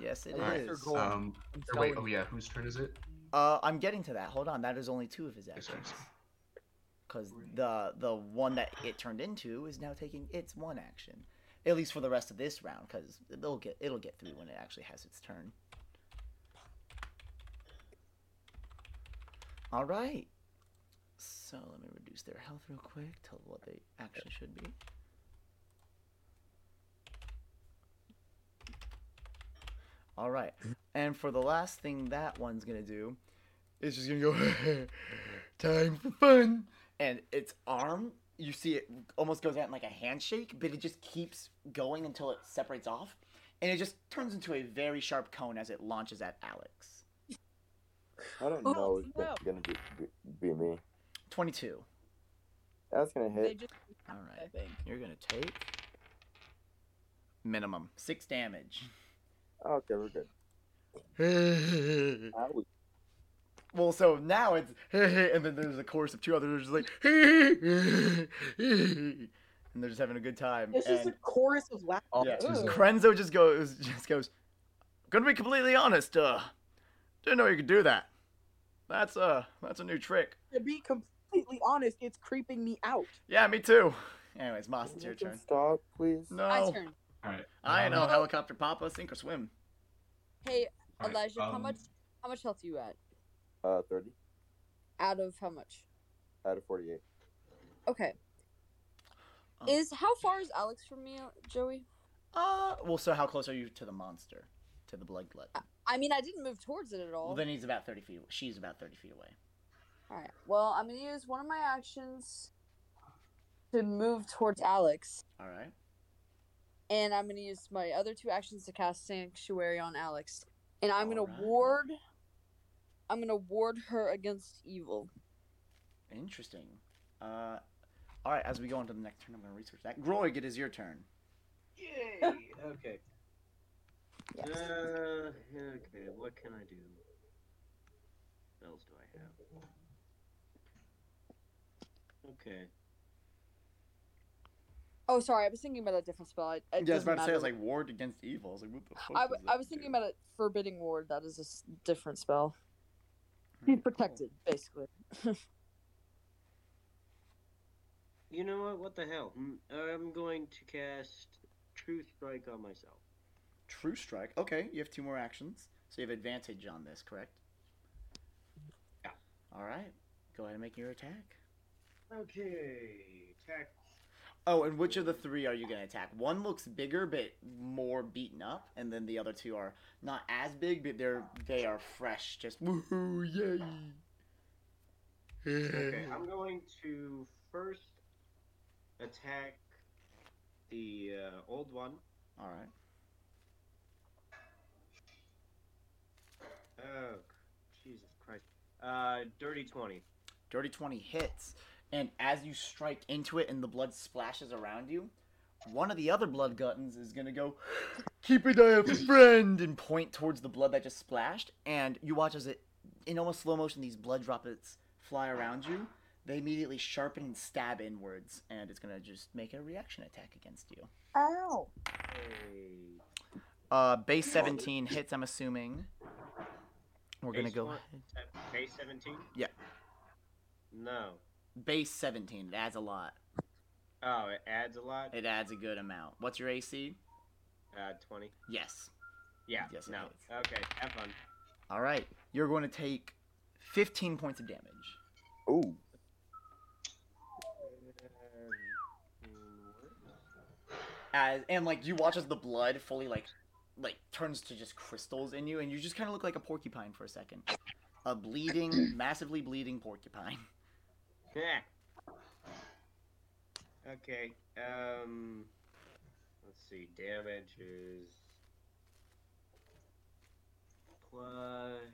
Yes, it is. Elixir golem. Um, I'm or wait, telling oh yeah, whose turn is it? Uh, I'm getting to that. Hold on, that is only two of his Okay, actions. sorry, sorry. because the the one that it turned into is now taking its one action, at least for the rest of this round, because it'll get it'll get through when it actually has its turn. All right, so let me reduce their health real quick to what they actually should be. All right, and for the last thing that one's gonna do, is just gonna go. time for fun. And its arm, you see it almost goes out in like a handshake, but it just keeps going until it separates off. And it just turns into a very sharp cone as it launches at Alex. I don't Oh, know if no. that's gonna be, be be me. 22. That's gonna They hit. just, All I right. think. You're going to take minimum six damage. Okay, we're good. Now we- Well, so now it's, and then there's a chorus of two others just like, and they're just having a good time. This is and- a chorus of laughter. Oh, Yeah. Ugh. Krenzo just goes just goes gonna be completely honest, uh didn't know you could do that. That's uh that's a new trick. To be completely honest, it's creeping me out. Yeah, me too. Anyways, Moss, Can it's your you turn. Stop, please. No. My turn. Alright. I ain't no um, helicopter papa, sink or swim. Hey, alright, Elijah, how um, much how much health are you at? Uh, thirty Out of how much? out of forty-eight. Okay. Oh. Is how far is Alex from me, Joey? Uh well so how close are you to the monster? To the blood glut? I mean, I didn't move towards it at all. Well then he's about thirty feet she's about thirty feet away. All right. Well, I'm gonna use one of my actions to move towards Alex, Alright. and I'm gonna use my other two actions to cast Sanctuary on Alex, and I'm gonna Alright. ward. I'm gonna ward her against evil. Interesting. Uh Alright, as we go on to the next turn, I'm gonna research that. Groig, it is your turn. Yay. okay. Yes. Uh, okay. What can I do? What else do I have? Okay. Oh, sorry. I was thinking about a different spell. It, it yeah, I was doesn't about to say I was matter. like ward against evil. I was like, what the fuck? I, does w- that I was thinking do? about a forbidding ward. That is a s- different spell. He's Alright, cool. protected, basically. You know what? What the hell? Mm, I'm going to cast True Strike on myself. True strike. Okay, you have two more actions, so you have advantage on this, correct? Yeah. All right. Go ahead and make your attack. Okay. Attack. Oh, and which of the three are you going to attack? One looks bigger but more beaten up, and then the other two are not as big, but they're they are fresh. Just woohoo, yay! Okay, I'm going to first attack the uh, old one. All right. Oh, Jesus Christ. Uh, dirty 20. Dirty 20 hits. And as you strike into it and the blood splashes around you, one of the other blood guttons is going to go, Keep an eye out for friend, and point towards the blood that just splashed. And you watch as it, in almost slow motion, these blood droplets fly around you. They immediately sharpen and stab inwards, and it's going to just make a reaction attack against you. Ow. Hey. Uh, base 17 hits, I'm assuming. We're going to Base go. what? At Base 17? Yeah. No. Base 17, it adds a lot. Oh, it adds a lot? It adds a good amount. What's your AC? Uh, 20. Yes. Yeah, Yes, it no. hits. Okay, have fun. All right, you're going to take 15 points of damage. Ooh. As and like you watch as the blood fully like like turns to just crystals in you, and you just kind of look like a porcupine for a second, a bleeding, massively bleeding porcupine. Yeah. Okay. Um. Let's see. Damage is plus.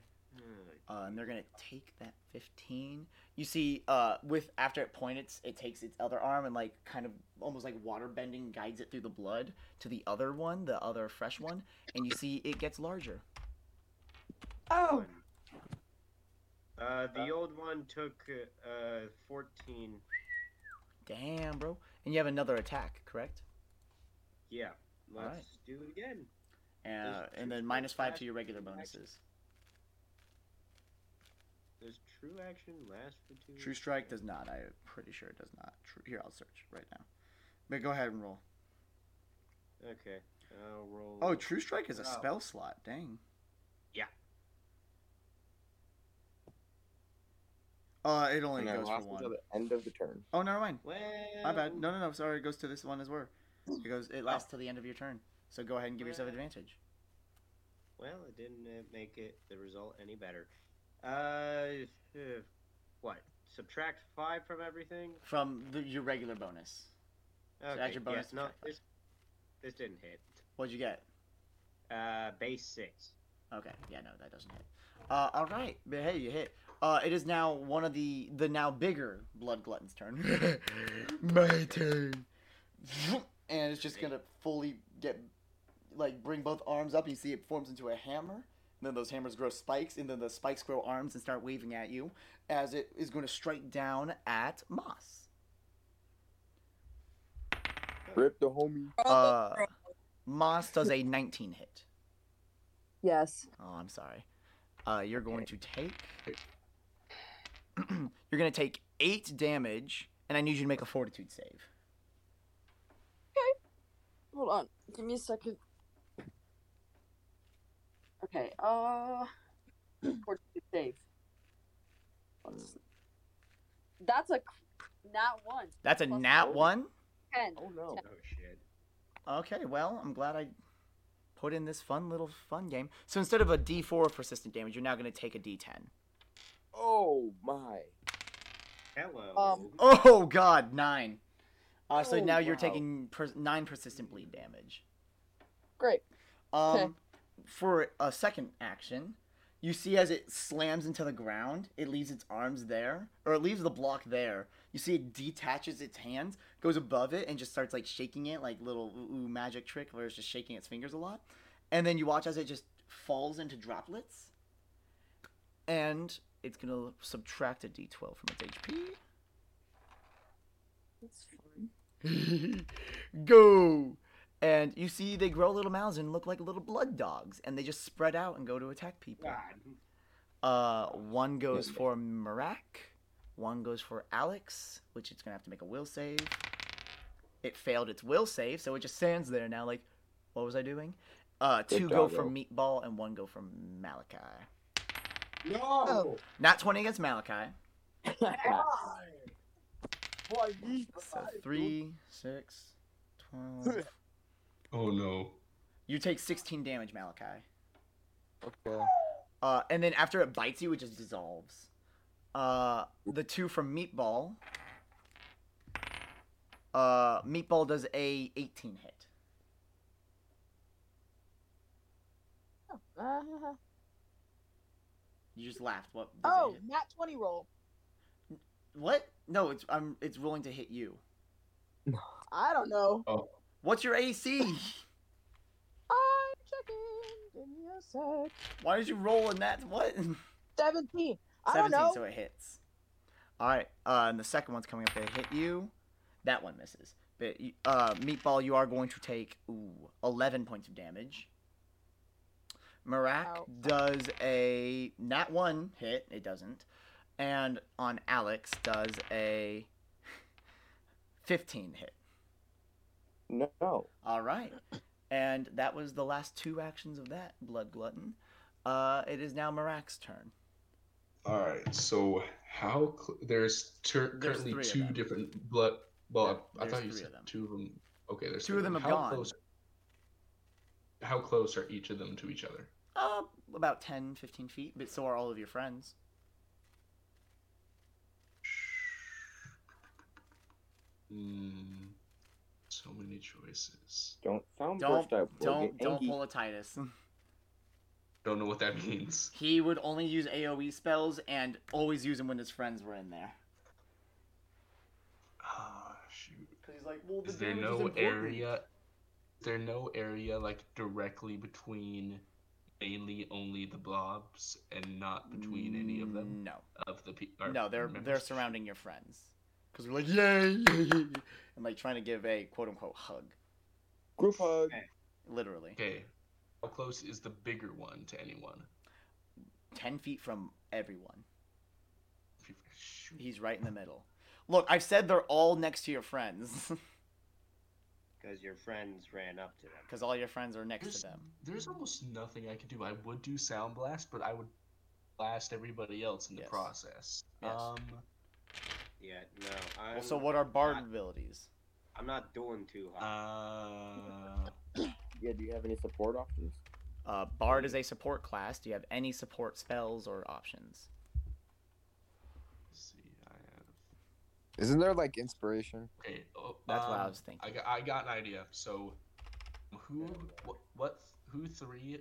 uh, and they're gonna take that 15 you see uh with after it points it takes its other arm and like kind of almost like water bending guides it through the blood to the other one the other fresh one and you see it gets larger Oh, Uh, the old one took uh 14. damn bro and you have another attack correct Yeah. Let's Alright. do it again. uh, There's and two then minus five attacks, to your regular two actions. bonuses Does true action last for two? true strike does not i'm pretty sure it does not true, here i'll search right now but go ahead and roll Okay. I'll roll. oh true strike is a Wow. spell slot dang Yeah. uh, it only And then goes for last until one. the end of the turn. Oh, never mind. Well, My bad. No, no, no. Sorry. It goes to this one as well. It goes. It lasts till the end of your turn. So go ahead and give yourself Well. advantage. Well, it didn't uh, make it the result any better. Uh, uh, what? Subtract five from everything. From the, your regular bonus. Okay. add your bonus, yes, no, subtract five. this, this didn't hit. What'd you get? Uh, base six. Okay. Yeah. No, that doesn't hit. Uh, all right. But hey, you hit. Uh, it is now one of the the now bigger blood glutton's turn. My turn. And it's just gonna fully get, like, bring both arms up. You see, it forms into a hammer. And then those hammers grow spikes, and then the spikes grow arms and start waving at you as it is going to strike down at Moss. Rip the homie. Oh, Uh, Moss does a 19 hit. yes. Oh, I'm sorry. Uh, you're going to take. you're going to take eight damage, and I need you to make a fortitude save. Hold on. Give me a second. Okay. Uh, fortitude save. That's a cr- nat one. That's a Plus nat four. one. Ten. Oh no. Oh shit. Okay, well, I'm glad I put in this fun little fun game. So instead of a d4 of persistent damage, you're now going to take a d10. Oh my. Hello. Um, Oh, God, nine. Uh, so Oh, now you're wow. taking per- nine persistent bleed damage. Great. Um, Okay. for a second action, you see as it slams into the ground, it leaves its arms there, or it leaves the block there. You see it detaches its hands, goes above it, and just starts like shaking it, like little ooh, ooh magic trick where it's just shaking its fingers a lot. And then you watch as it just falls into droplets, and it's gonna subtract a d12 from its HP. That's fine. go and you see they grow little mouths and look like little blood dogs and they just spread out and go to attack people God. uh one goes for Marak, one goes for alex which it's gonna have to make a will save it failed its will save so it just stands there now like what was i doing uh Good two go doggo. for meatball and one go for malachi No! oh, not 20 against malachi so three six twelve Oh no. you take 16 damage malachi Okay. Uh, and then after it bites you, it just dissolves. Uh, the two from Meatball. Uh, Meatball does a 18 hit. Uh, You just laughed. What? does it Oh, hit? nat 20 roll. What? No, it's I'm it's rolling to hit you. I don't know. What's your AC? I'm checking. Give me a sec. Why did you roll in that? What? 17. I don't know. so it hits. All right. Uh, and the second one's coming up to hit you. That one misses. But you- uh, meatball, you are going to take ooh, eleven points of damage. Marak Ow. does a not one hit. It doesn't. And on Alex does a fifteen hit. No. All right. And that was the last two actions of that blood glutton. Uh, it is now Marak's turn. Alright, so how. Cl- there's tur- There's currently three of two them. different blood. Well, I There's thought you three said of them. two of them. Okay, there's Two of them have How gone. Close... How close are each of them to each other? Uh, about 10, 15 feet, but so are all of your friends. Hmm. So many choices. Don't sound Don't- burst out. Don't don't pull a Titus. Don't know what that means. He would only use AoE spells and always use them when his friends were in there. Ah, shoot. Because he's like, well, the Is there damage no important. area? Is there no area like directly between mainly only the blobs and not between any of them No, of the people? Mm. no, they're they're surrounding your friends because they're like, yay, and like trying to give a quote unquote hug, Group hug. literally Okay, how close is the bigger one to anyone? ten feet from everyone. Shoot. He's right in the middle. Look, I've said they're all next to your friends because your friends ran up to them. because all your friends are next There's, to them. there's almost nothing I could do. I would do sound blast, but I would blast everybody else in the Yes. process. Yes. Um, Yeah, no. I'm, Well, so what are bard not- abilities? I'm not doing too hot. uh, Yeah, do you have any support options? Uh, bard is a support class. Do you have any support spells or options? let's see, I have. Isn't there like inspiration? Okay, oh, That's what I um, was thinking. I got, I got an idea. So, who, what, what who three,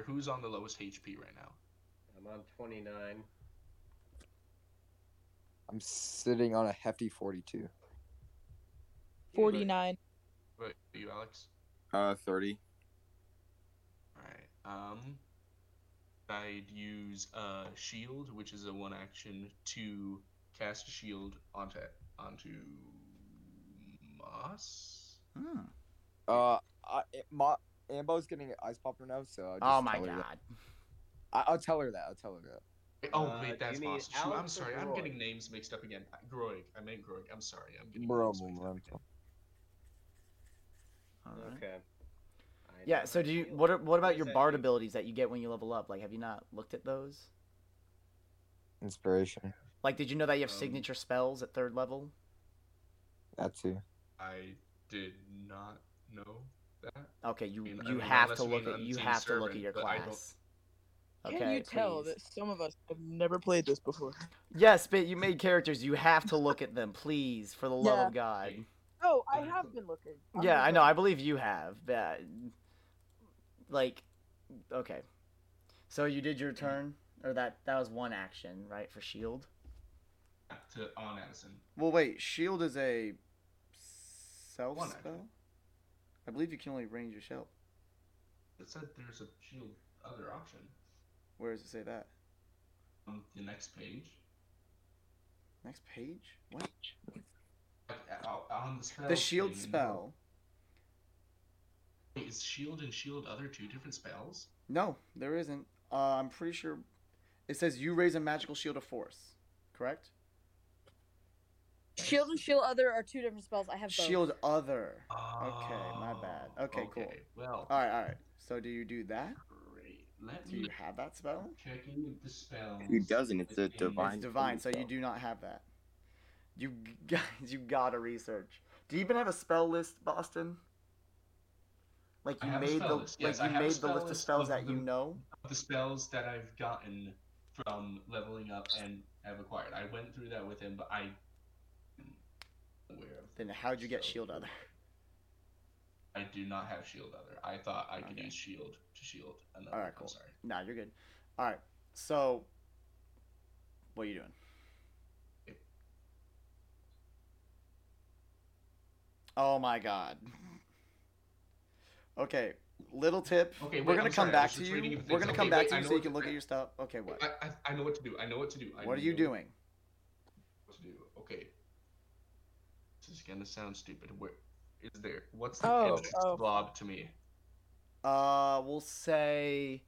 or who's on the lowest HP right now? I'm on 29. I'm sitting on a hefty 42. 49. What are you, Alex? Uh, thirty. All right. Um, I'd use uh shield, which is a one action to cast a shield onto onto Moss. Hmm. Uh, I, my Ambo's getting an ice popper now, so I'll just Oh my tell her that. god. I, I'll tell her that. I'll tell her that. Wait, Oh Uh, wait, that's you mean Moss. Shoot, I'm Alex or sorry. I'm Groig? getting names mixed up again. Groig. I meant Groig. I'm sorry. I'm getting Bro, names mixed up again. Alright. Okay. I Yeah. know So how do you? feel. What are, What about does your that bard do? abilities that you get when you level up? Like, have you not looked at those? Inspiration. Like, did you know that you have Um, signature spells at third level? That too. I did not know that. Okay, you I mean, I you mean, have unless to you look mean at you unseen have to look at servant, your but I don't- class. Can Okay, you tell please. that some of us have never played this before? Yes, but you made characters. You have to look at them, please, for the love of God. Wait, Oh, I have been looking. I'm yeah, not I know. dumb. I believe you have. But, like, okay. So you did your turn, or that that was one action, right, for shield. To on Addison. Well, wait. Shield is a self One action. spell? I believe you can only range your shield. It said there's a shield other option Where does it say that? on the next page. Next page. What? Like, o- On the, spell The shield thing. spell. Wait, is shield and shield other two different spells? No, there isn't. Uh, I'm pretty sure it says you raise a magical shield of force, correct? Shield and shield other are two different spells. I have both. Shield other. my Oh, bad. Okay, cool. Well, All right, all right. So do you do that? great. Let Do you me have that spell? checking the spells. He doesn't. It's a It's divine. It's divine, so spell. you do not have that. You guys, you gotta research. Do you even have a spell list, Boston? Like I you have a made spell the list. Yes, I like you have a made the spell list of list spells of that you the- know. The spells that I've gotten from leveling up and have acquired. I went through that with him, but I aware of. Then how'd you get So- shield other? I do not have shield other. I thought I could Okay. use shield to shield. Another. All right, I'm cool. sorry. Nah, you're good. All right, so what are you doing? Oh my god. Okay, little tip. Okay, we're wait, gonna I'm come sorry, I back was to just you. reading We're things. gonna Okay, come back wait, to I you know so you what can to- look at your stuff. Okay, what? I, I, I know what to do. I know what to do. I what are know you doing? What to do? Okay. This is gonna sound stupid. Where is there? What's the Oh, next oh. blob to me? Uh, we'll say,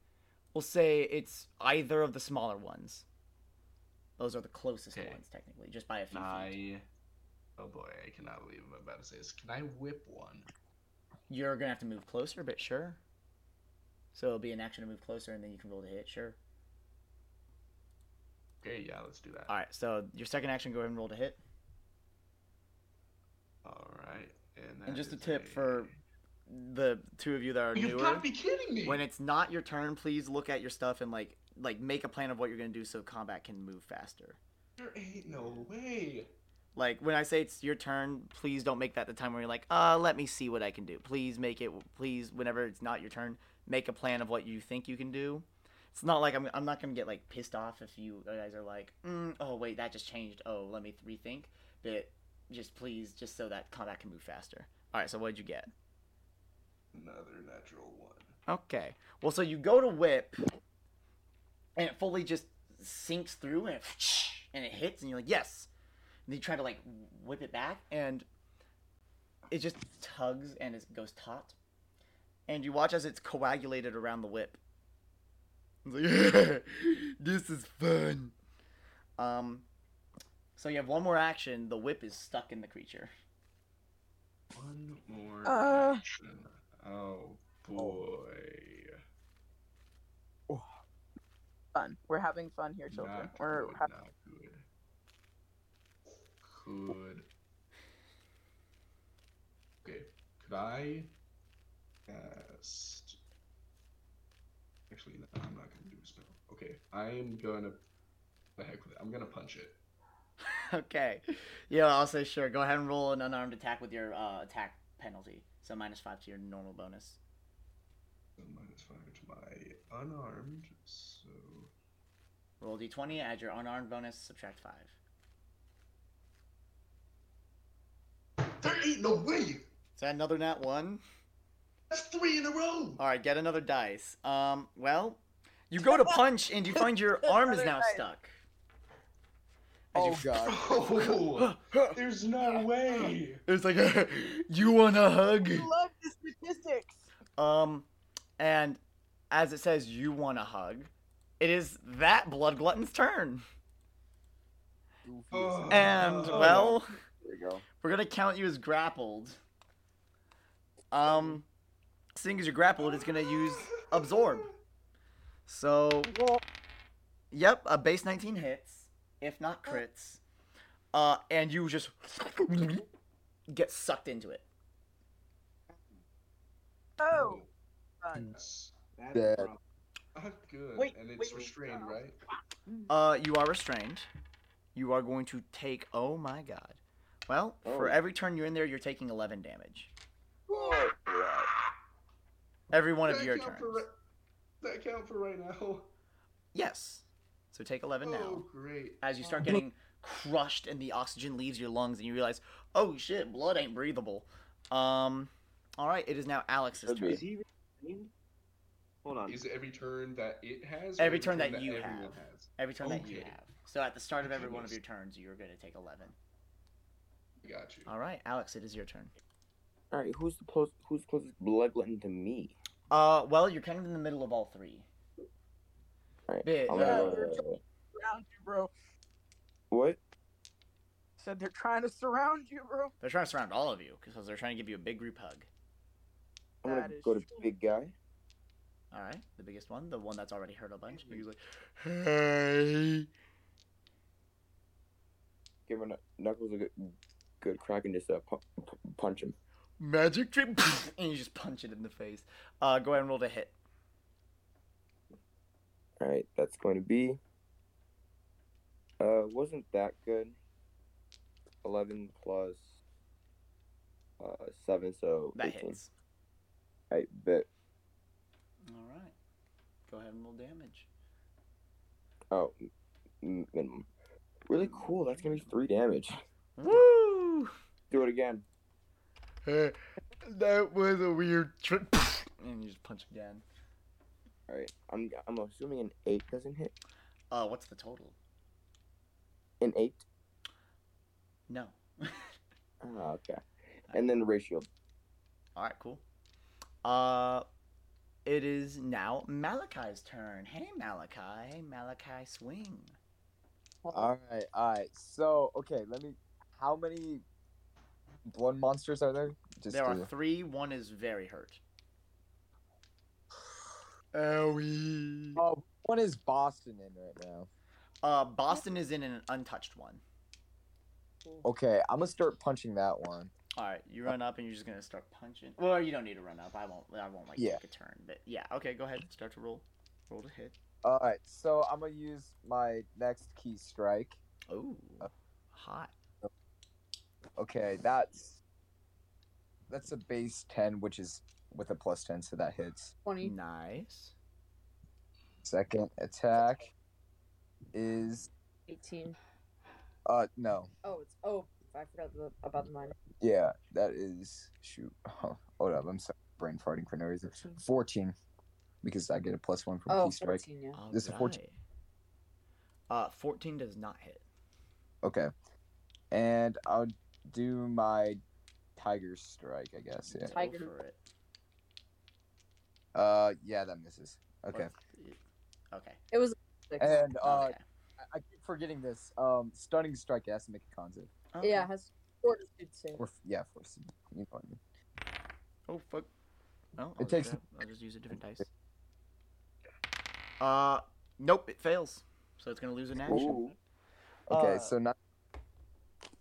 we'll say it's either of the smaller ones. Those are the closest Okay. ones, technically, just by a few feet. I. Oh boy, I cannot believe I'm about to say this. Can I whip one? You're gonna have to move closer, but sure. So it'll be an action to move closer, and then you can roll to hit. Sure. Okay, yeah, let's do that. All right. So your second action, go ahead and roll to hit. All right. And, that And just a is tip for the two of you that are You've newer. got to be kidding me. when it's not your turn, please look at your stuff and like like make a plan of what you're gonna do so combat can move faster. there ain't no way. Like when I say it's your turn, please don't make that the time where you're like, uh, let me see what I can do. Please make it. Please, whenever it's not your turn, make a plan of what you think you can do, It's not like I'm, I'm not gonna get like pissed off if you guys are like, mm, oh wait, that just changed. Oh, let me rethink. But just please, just so that combat can move faster. All right, so what did you get? Another natural one. Okay. Well, so you go to whip, and it fully just sinks through, and it, and it hits, and you're like, yes. And then you try to like whip it back, and it just tugs and it goes taut. And you watch as it's coagulated around the whip. It's like, this is fun. Um, so you have one more action. The whip is stuck in the creature. One more Uh. action. Oh boy. Fun. We're having fun here, children. Not We're good, having not good. Could. Okay. Could I cast? Actually, no, I'm not gonna do a spell. Okay, I am gonna. The heck with it. I'm gonna punch it. okay. Yeah. Also, sure. Go ahead and roll an unarmed attack with your uh, attack penalty. So minus five to your normal bonus. So minus five to my unarmed. So Roll d20. Add your unarmed bonus. Subtract five. there ain't no way. Is that another nat one? That's three in a row. All right, get another dice. Um, well, you go to punch and you find your arm is Another now dice. stuck. Oh god. Oh, there's no way. It's like you want a hug. love the statistics. Um, and as it says, you want a hug. It is that blood glutton's turn, Goofy Oh. as- and Oh. well, There you go. we're gonna count you as grappled. Um, seeing as you're grappled, it's gonna use absorb. So Yep, a base 19 hits, if not crits. Uh, and you just get sucked into it. Oh, fun. That's That's Yeah. the problem. not Hmm. Oh, good. Wait, and it's wait, wait, restrained, no. right? Uh, you are restrained. You are going to take. Oh my god. Well, for Oh. every turn you're in there, you're taking 11 damage. Oh, yeah. Every one Does of that your count turns. for ri- Does that count for right now? Yes. So take 11 now. Oh, great. As you start getting crushed and the oxygen leaves your lungs and you realize, oh shit, blood ain't breathable. Um, alright, it is now Alex's Could turn. be. Is he restrained? Hold on. Is it every turn that it has? or Every turn that you everyone have. has? Every turn that you Okay. have. So at the start of every one of Goodness. your turns, you're going to take 11. Got you. All right, Alex, it is your turn. All right, who's the close? Who's closest blood glutton to me? Uh, well, you're kind of in the middle of all three. All right, Bit. uh, I'm gonna Yeah, go- you're around you, bro. What? Said they're trying to surround you, bro. They're trying to surround all of you because they're trying to give you a big group hug. I'm gonna That is go to true. big guy. All right, the biggest one, the one that's already hurt a bunch. He's like, hey. Give him a knuckles a good, good crack and just uh, pu- pu- punch him. magic trick, and you just punch it in the face. Uh, go ahead and roll to hit. All right, that's going to be. Uh, wasn't that good? Eleven plus. Uh, seven, so That 18. hits. I bet. All right, go ahead and roll damage. Oh, m- minimum. Really cool. That's gonna be three damage. Woo! Do it again. that was a weird trick. and you just punch again. All right. I'm I'm assuming an eight doesn't hit. Uh, what's the total? An eight. No. Ah, okay. And then the ratio. All right, cool. Uh, it is now Malachi's turn. Hey, Malachi. Hey, Malachi, swing. All right, all right. So, okay, let me. How many blood monsters are there? Just there three. are three. One is very hurt. Owie. Oh, one is Boston in right now. Uh, Boston is in an untouched one. Okay, I'm gonna start punching that one. All right, you Uh, run up and you're just gonna start punching. Well, you don't need to run up. I won't. I won't like Yeah. take a turn. But yeah, okay. Go ahead. Start to roll. Roll to hit. All right, so I'm gonna use my next key strike. Oh, hot. Okay, that's that's a base ten, which is with a plus ten, so that hits. Twenty. Nice. Second attack is 18. uh no. Oh, it's oh, I forgot the, about the minor. Yeah, that is shoot. Oh, hold up, I'm sorry. Brain farting for no reason. Fourteen, because I get a plus one from Oh, key strike. 14, yeah. All This is 14. right. Uh, 14 does not hit. Okay, and I'll do my tiger strike. I guess. Yeah. Go Tiger. for it. Uh, yeah, that misses. Okay, Okay. It was six. Eh. and uh, okay. I, I keep forgetting this. Um, stunning strike has to make a con save. Okay. yeah, it has fortitude save. Or yeah, force. You know what I mean. Oh fuck. Oh, It I'll takes- Just, I'll just use a different dice. Uh, nope, it fails. So it's gonna lose an action. Okay, Uh, so not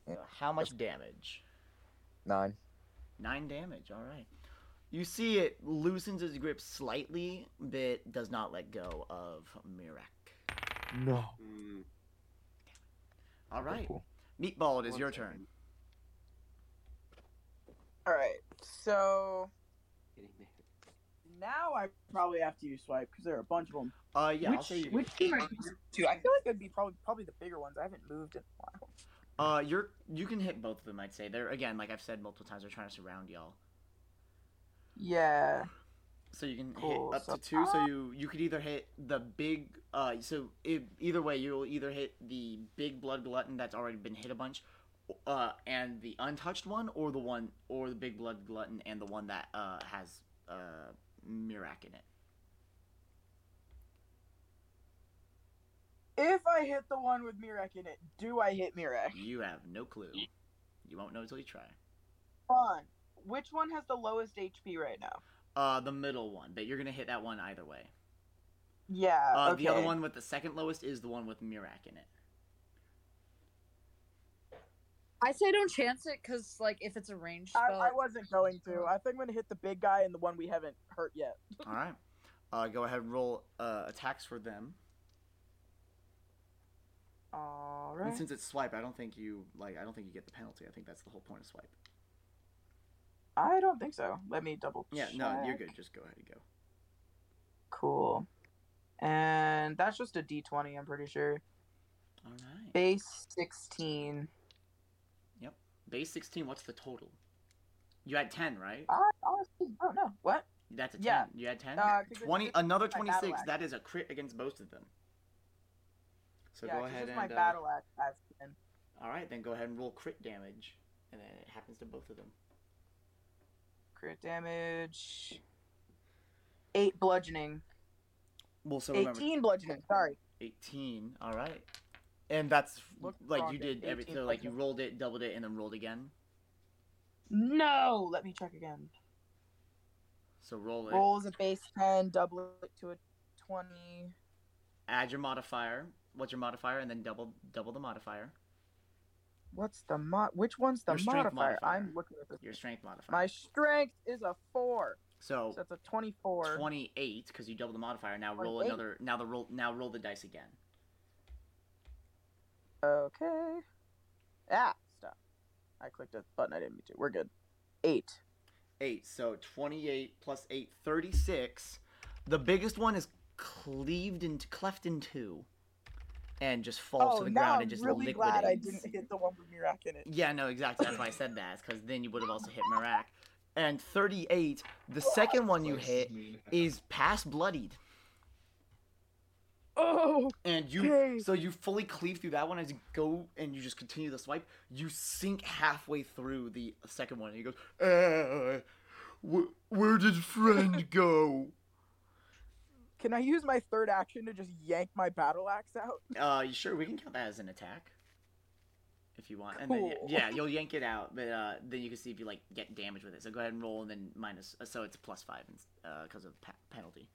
Uh, How much damage? nine. Nine damage. All right. You see it loosens its grip slightly, but does not let go of Mirak. No. Hmm. All right. Cool. Meatball, it is One your second. turn. All right. So Getting there. now I probably have to use swipe because there are a bunch of them. Uh, yeah, I'll Which- say you. which team are you to? I feel like that'd be probably probably the bigger ones. I haven't moved in a while. Uh, you're you can hit both of them. I'd say they're again, like I've said multiple times, they're trying to surround y'all. Yeah. So you can Cool, hit up so- to two. So you you could either hit the big. Uh, so it, either way, you'll either hit the big blood glutton that's already been hit a bunch, uh, and the untouched one, or the one or the big blood glutton and the one that uh has uh Mirak in it. If I hit the one with Mirek in it, do I hit Mirek? You have no clue. You won't know until you try. Fun. Which one has the lowest HP right now? Uh, the middle one, but you're gonna hit that one either way. Yeah. Uh, okay. the other one with the second lowest is the one with Mirak in it. I say don't chance it because, like, if it's a ranged I, spell, I wasn't going to. I think I'm gonna hit the big guy and the one we haven't hurt yet. All right. Uh, go ahead and roll uh, attacks for them. All And right. since it's swipe, I don't think you like. I don't think you get the penalty. I think that's the whole point of swipe. I don't think so. Let me double. Yeah, no, you're check. good. Just go ahead and go. Cool. And that's just a D20. I'm pretty sure. All right. Base 16. Base sixteen. What's the total? You had ten, right? I honestly don't know. What? That's a ten. Uh, yeah. You had ten. Uh, 'cause it's- Twenty. it's Another my battle twenty-six. axe. That is a crit against both of them. So yeah, go 'cause ahead it's and. my uh, battle axe. axe and- all right, then go ahead and roll crit damage, and then it happens to both of them. Crit damage. Eight bludgeoning. Well, so remember, 18 bludgeoning. Sorry. 18 all right and that's Look like wrong you at did every 18 so like you seconds. rolled it doubled it and then rolled again No. Let me check again. so roll it Roll is a base 10, double it to a 20. add your modifier what's your modifier and then double double the modifier What's the mod? Which one's the Your modifier? strength modifier. I'm looking at this. your strength modifier My strength is a 4. so So that's a 24. 28 because you double the modifier now roll 28. another now the roll now roll the dice again Okay. Ah, stop. I clicked a button I didn't mean to. We're good. Eight. 8 so 28 plus 8 36 the biggest one is cleaved and cleft in two and just falls to the ground and just Oh, really liquidates glad I didn't hit the one with Mirak in it. Yeah, no, exactly. That's why I said that, because then you would have also hit Marak. And 38, the second one you hit is past bloodied. Oh, And you, Okay. so you fully cleave through that one as you go and you just continue the swipe. You sink halfway through the second one and he goes, uh, wh- Where did friend go? can I use my third action to just yank my battle axe out? Uh, you sure, we can count that as an attack. If you want, and then Cool. yeah, you'll yank it out, but uh, then you can see if you like get damage with it. So go ahead and roll, and then minus. uh, So it's plus five, because of the pa- penalty.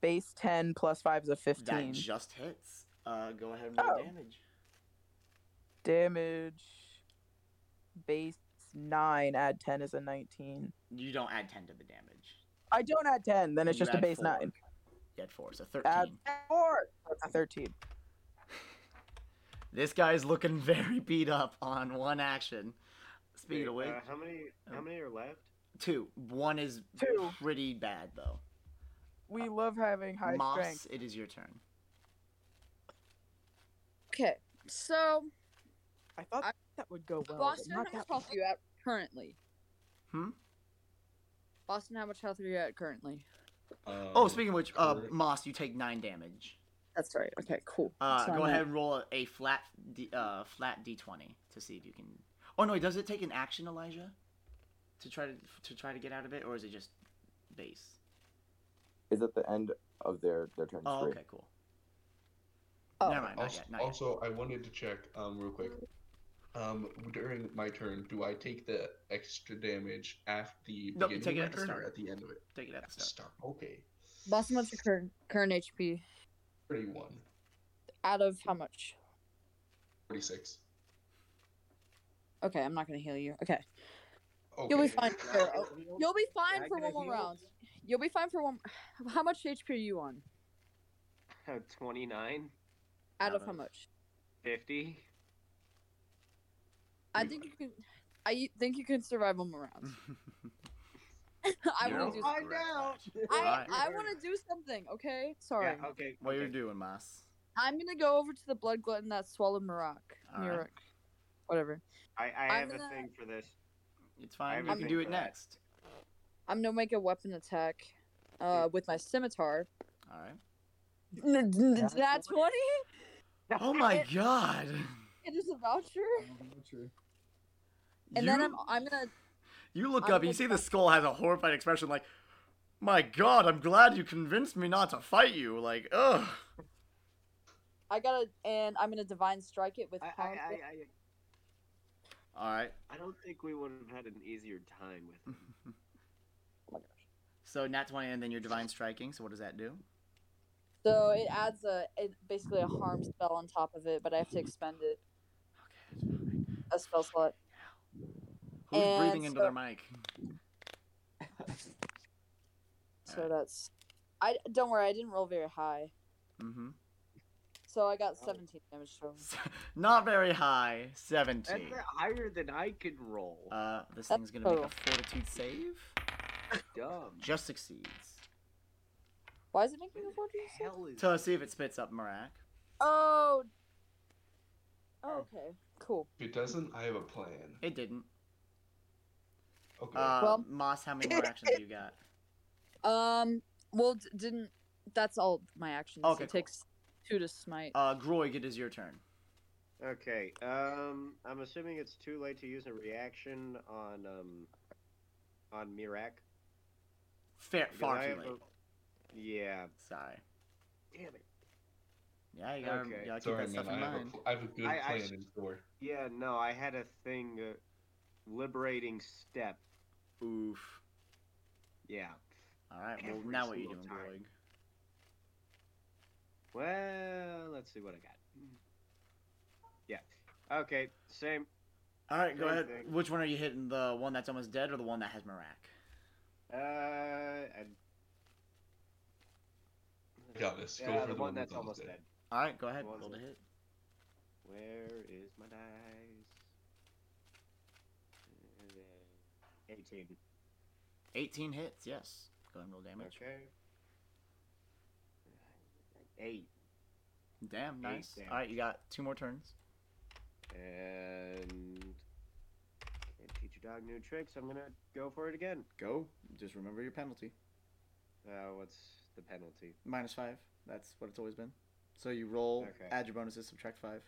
Base ten plus five is a That fifteen. just hits. Uh, go ahead and roll Oh. damage. Damage. Base nine. Add ten is a nineteen. You don't add ten to the damage. I don't add ten. Then it's You just a add base four. nine. You add four, so thirteen. Add four. That's a thirteen. This guy's looking very beat up on one action. Speaking Wait, of which, uh, how many? How Oh. many are left? two. One is Two. pretty bad though. We love having high Moss, strength. it is your turn. Okay, so I thought I- that would go well. but Boston, not how much that health one. are you at currently? Hmm? Boston, how much health are you at currently? Um, Oh, speaking of which, uh, current- Moss, you take nine damage. That's right. Okay, cool. Uh, So I'm go ahead at- and roll a, a flat, d, uh, flat d20 to see if you can. Oh no, does it take an action, Elijah, to try to to try to get out of it, or is it just base? Is at the end of their their turn. Oh, free. okay, cool. Oh. Never mind, not also, yet, not yet. also, I wanted to check um, real quick. Um, during my turn, do I take the extra damage at the Nope, you beginning take it of my at the turn or start. at the end of it? Take it at the At the start. start. Okay. Boston, what's your current current HP? 31. Out of how much? 46. Okay, I'm not gonna heal you. Okay, Okay. You'll be fine. Sure, I'll- Healed? you'll be Did fine I for get a one more heal? round. You'll be fine for one. How much HP are you on? 29, Out Out of how of- much? 50. I think you can. I think you can survive one more round. I You want know, to do. I- Something. find out. I Alright. I want to do something. Okay, sorry. Yeah, okay. what you're okay. doing, Moss? I'm gonna go over to the blood glutton that swallowed Marak. Alright. Murak. Whatever. I, I I'm have gonna- a thing for this. It's fine. have You a can thing do for it that. next. I'm gonna make a weapon attack uh, with my scimitar. All right. That's 20? Oh my It- God. It is a voucher. And you, then I'm, I'm gonna. you look I'm up and you gonna- see the skull has a horrified expression, like, "My God, I'm glad you convinced me not to fight you." Like, ugh. I gotta. And I'm gonna divine strike it with. I, I, pound- I, All right. I, I don't think we would have had an easier time Mm, with it. Oh So nat twenty, and then your divine striking. So what does that do? So it adds a. It, basically a harm spell on top of it, but I have to expend it. Okay. it's fine. A spell slot. Who's And breathing into so- their mic? So Alright. that's. I Don't worry, I didn't roll very high. Mm-hmm. So I Oh. got 17 damage total. Not very high. That's Seventeen. higher than I could roll. Uh, this That's thing's gonna make total. a fortitude save. Dumb. Just succeeds. Why is it making Where the a fortune? save? hell is To see if it spits up Marak. Oh. Oh, okay. Cool. If it doesn't, I have a plan. It didn't. Okay. Uh, Well- Moss, how many more actions do you got? Um. Well, d- didn't. That's all my actions. Okay, it cool. takes two to smite. Uh, Groig, it is your turn. Okay. Um, I'm assuming it's too late to use a reaction on um, on Mirak. Fair, because far I too have late. a- Yeah. Sorry. Damn it. Yeah, you gotta, Okay. you gotta keep Sorry, that man. stuff I in have, a mind. pl- I have a good I- I plan s- in store. Yeah. No, I had a thing. Uh, liberating step. Oof. Yeah. All right. Well, Every now what you single doing, time. Groig? Well, let's see what I got. Yeah. Okay. Same. All right, go Same ahead. thing. Which one are you hitting? The one that's almost dead, or the one that has Marak? Uh. And... I got this. Go Yeah, for the, the one one that's with all the almost dead. dead. All right, go ahead. What was Roll to it? hit. Where is my dice? Uh, 18. 18 hits. Yes. Go ahead and roll damage. Okay. Eight. Damn. Nice. damage. All right, you got two more turns. And. Can't teach your dog new tricks. I'm gonna go for it again. Go. Just remember your penalty. Uh, what's the penalty? Minus five. That's what it's always been. So you roll, Okay. add your bonuses, subtract five.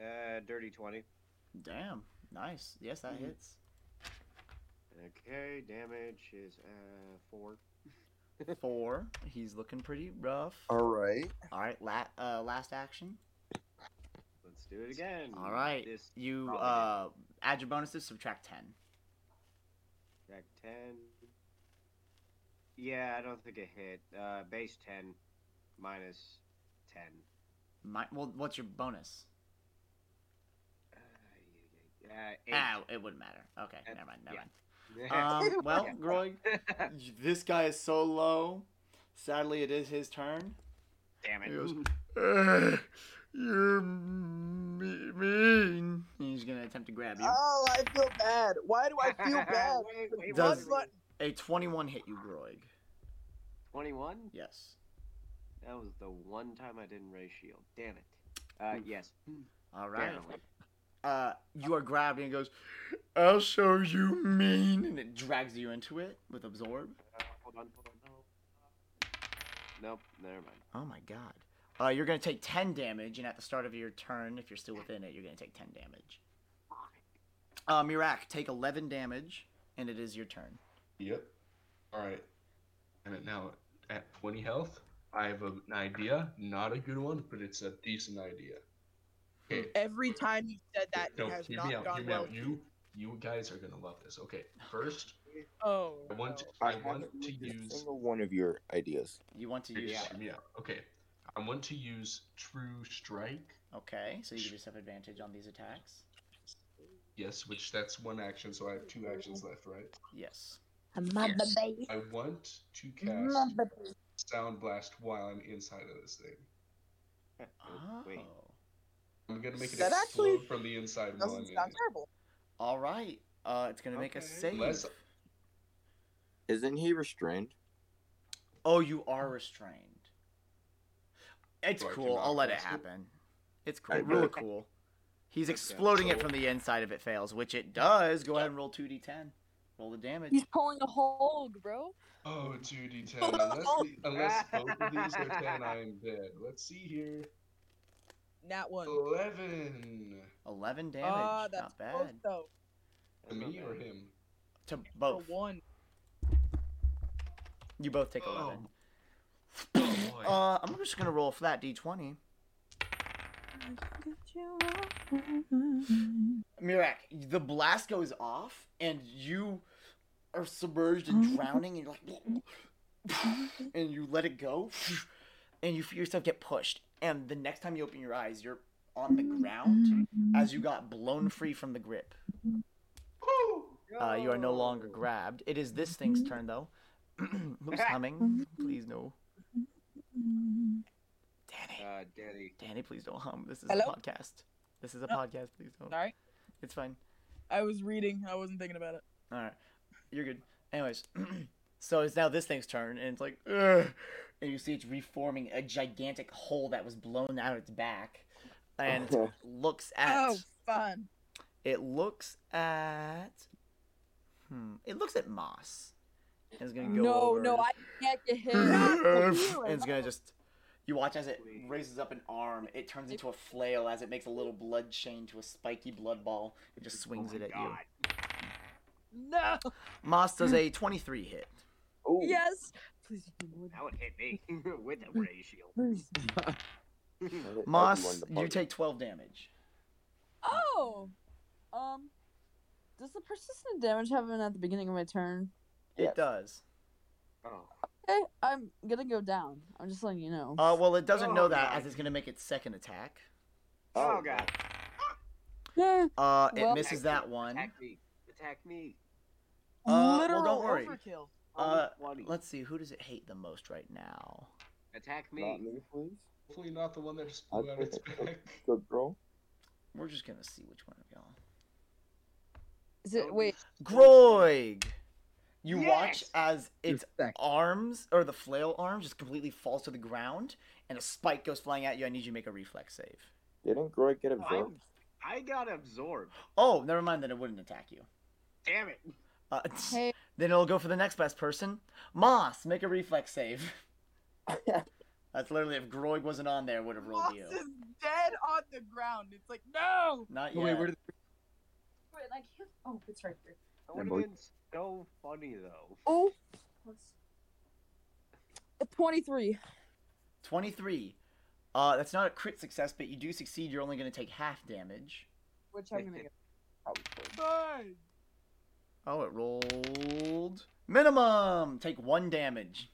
Uh, dirty 20. Damn. Nice. Yes, that hits. Okay, damage is, uh, four. Four. He's looking pretty rough. All right. All right. La- uh, last action. Let's do it again. All right. This You probably uh, add your bonuses, subtract ten. Track 10. Yeah, I don't think it hit. Uh, base 10 minus 10. My- well, what's your bonus? Uh, yeah, yeah, Ah, it wouldn't matter. Okay, Uh, never mind. Never yeah. mind. yeah, eight. Um, well, Yeah. Groig, this guy is so low. Sadly, it is his turn. Damn it. He goes, "Ugh, you're me- mean. He's gonna attempt to grab Uh. you. Oh, I feel bad. Why do I feel bad? Wait, wait, Does- wait, wait. A 21 hit you, Groig. 21? Yes. That was the one time I didn't raise shield. Damn it. Hmm. Uh, yes. All right. Barely. Uh, you are grabbed and it goes, I'll show you mean. And it drags you into it with Absorb. Uh, hold on, hold on. No. Nope, never mind. Oh my god. Uh, you're going to take 10 damage, and at the start of your turn, if you're still within it, you're going to take 10 damage. Uh, Mirak, take 11 damage, and it is your turn. Yep. All right. And it now at 20 health, I have an idea. Not a good one, but it's a decent idea. Okay. Every time you said that, no, it has hear not me out. Hear gone me well. out. You, you guys are gonna love this. Okay. First, Oh. I want to, no. I haven't want to used a use. single one of your ideas. You want to use. Yeah. Yeah. Okay. I want to use True Strike. Okay, so you give yourself advantage on these attacks. Yes, which that's one action, so I have two actions left, right? Yes. I want to cast Sound Blast while I'm inside of this thing. Oh. Wait. I'm gonna make it That explode actually from the inside while I'm Doesn't in. sound it. terrible. All right. Uh, it's going to make a Okay. save. Unless- Isn't he restrained? Oh, you are restrained. It's So I cool. cannot I'll let it cast it? happen. It's cool. Okay. Real cool. He's exploding it so- from the inside if it fails, which it does. Go ahead and roll 2d10. Roll the damage. He's pulling a Hulk, bro. Oh, 2d10. Unless, the- unless both of these are 10, I'm dead. Let's see here. Not one. 11. 11 damage. Ah, that's Not bad. close though. To me or him? To The both. one. You both take Oh. 11. Oh, boy. Uh, I'm just going to roll a flat d20. Mirak, the blast goes off, and you are submerged and drowning, and you're like, and you let it go, and you feel yourself get pushed. And the next time you open your eyes, you're on the ground as you got blown free from the grip. Uh, you are no Oh. longer grabbed. It is this thing's turn, though. Who's humming? Please no. Mm. Danny, Uh, Danny. Danny, please don't hum. This is Hello? a podcast. This is a No. podcast. Please don't. Sorry. It's fine. I was reading. I wasn't thinking about it. All right, you're good. Anyways, so it's now this thing's turn, and it's like, Ugh! and you see it's reforming a gigantic hole that was blown out its back, and Okay. looks at Oh, fun. it looks at hmm, it looks at moss. And it's gonna go no, over no, and- I can't get hit. and it's gonna just. You watch as it Please. raises up an arm. It turns into a flail as it makes a little blood chain to a spiky blood ball. It Oh just swings it at you. no. Moss does a 23 hit. Oh, Yes. Please. no more. That would hit me with Hmm. a ray shield. Uh, Oh. Please. Moss, you take 12 damage. Oh. Um. Does the persistent damage happen at the beginning of my turn? It Yes. does. Oh. Okay, I'm gonna go down. I'm just letting you know. Uh, well, it doesn't know Oh, that God. as it's gonna make its second attack. Oh, Oh, god. Yeah. Uh, it Well- misses that one. Attack me. Attack me. well, Literal don't worry. overkill. Uh, Only 20. Let's see, who does it hate the most right now? Attack Not me. me, please. Hopefully not the one that just blew out its back. Good roll. We're just gonna see which one of y'all. Is it wait? Groig! You watch Yes! as its Respect. arms, or the flail arm, just completely falls to the ground, and a spike goes flying at you. I need you to make a reflex save. Didn't Groy get Oh, absorbed? I'm- I got absorbed. Oh, never mind, then it wouldn't attack you. Damn it. Uh, Hey. Then it'll go for the next best person. Moss, make a reflex save. That's literally if Groig wasn't on there, would have rolled Moss you. is dead on the ground. It's like no. Not Oh, yet. wait, where did Wait, like oh, it's right here. That would have boy. been so funny though. Oh. Twenty-three. 23. Uh, that's not a crit success, but you do succeed. You're only going to take half damage. Which I'm gonna get. Fine. Oh, it rolled. Minimum! Take one damage.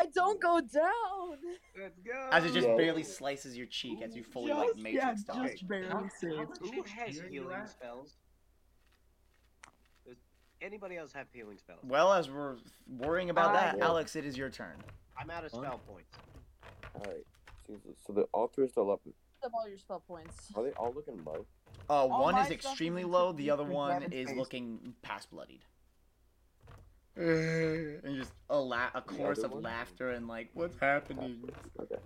I don't go down. Let's go. As it just Whoa. barely slices your cheek as you fully, like, Just- yeah, matrix dodge. just barely How saved. much Who has has healing healing spells? Does anybody else have healing spells? Well, as we're worrying about that, yeah. Alex, it is your turn. I'm out of Huh? spell points. Alright. Jesus. So the all three are still up. Up all your spell points. Are they all looking low? Uh, one my is stuff is extremely in low, the other Dragon's one is face. looking past bloodied. and just a la- a chorus other of one? laughter and like, what's happening? Okay.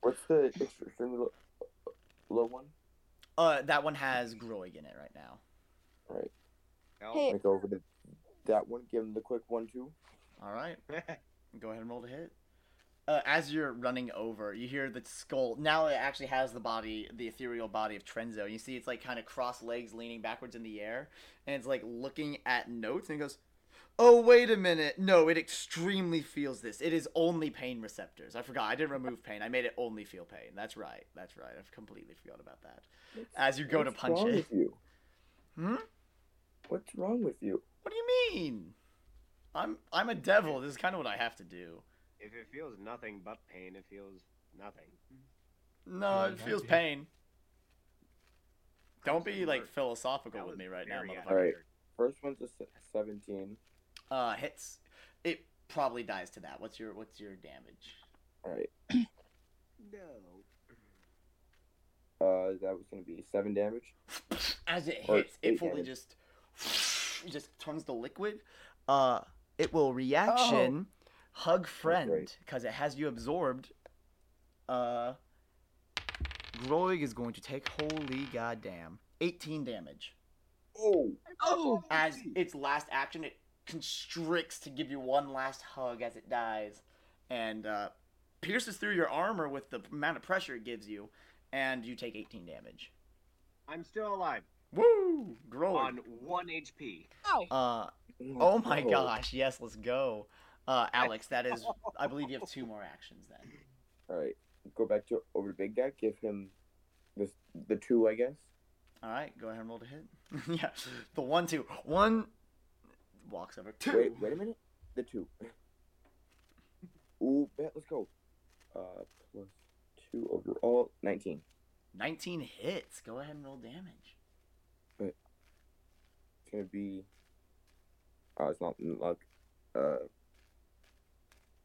What's the extra- extremely low, low one? Uh, that one has Groig in it right now. All No. Hey. right. I go over to that one. Give him the quick one two. All right. Go ahead and roll to hit. Uh, as you're running over, you hear the skull. Now it actually has the body, the ethereal body of Trenzo. You see it's like kind of cross legs leaning backwards in the air, and it's like looking at notes and it goes, Oh, wait a minute. No, it extremely feels this. It is only pain receptors. I forgot. I didn't remove pain. I made it only feel pain. That's right. That's right. I've completely forgot about that. As you go to What's punch wrong it. With you? Hmm? What's wrong with you? What do you mean? I'm I'm a devil. This is kind of what I have to do. If it feels nothing but pain, it feels nothing. No, Oh, it that'd feels be- pain. Don't be That like was philosophical with me right now, very motherfucker. Alright. accurate. First one's a se- seventeen. Uh, hits. It probably dies to that. What's your what's your damage? All right. No. Uh, that was gonna be seven damage. As it Or hits, it eight fully damage. just it just turns to liquid. Uh, it will reaction Oh. hug friend because it has you absorbed. Uh, Groig is going to take holy goddamn eighteen damage. Oh. Oh, as its last action, it constricts to give you one last hug as it dies, and uh, pierces through your armor with the amount of pressure it gives you, and you take 18 damage. I'm still alive Woo! Growing. on one HP. Uh, oh my gosh! Yes, let's go, uh, Alex. That is, I believe you have two more actions then. All right. Go back to over to big guy. Give him the the two, I guess. All right, go ahead and roll to hit. yeah, the one, two, one walks over. Two. Wait, wait a minute. The two. Ooh, bet. Let's go. Uh, plus two overall, nineteen. 19 hits. Go ahead and roll damage. It's gonna be. Oh, it's not luck. Uh,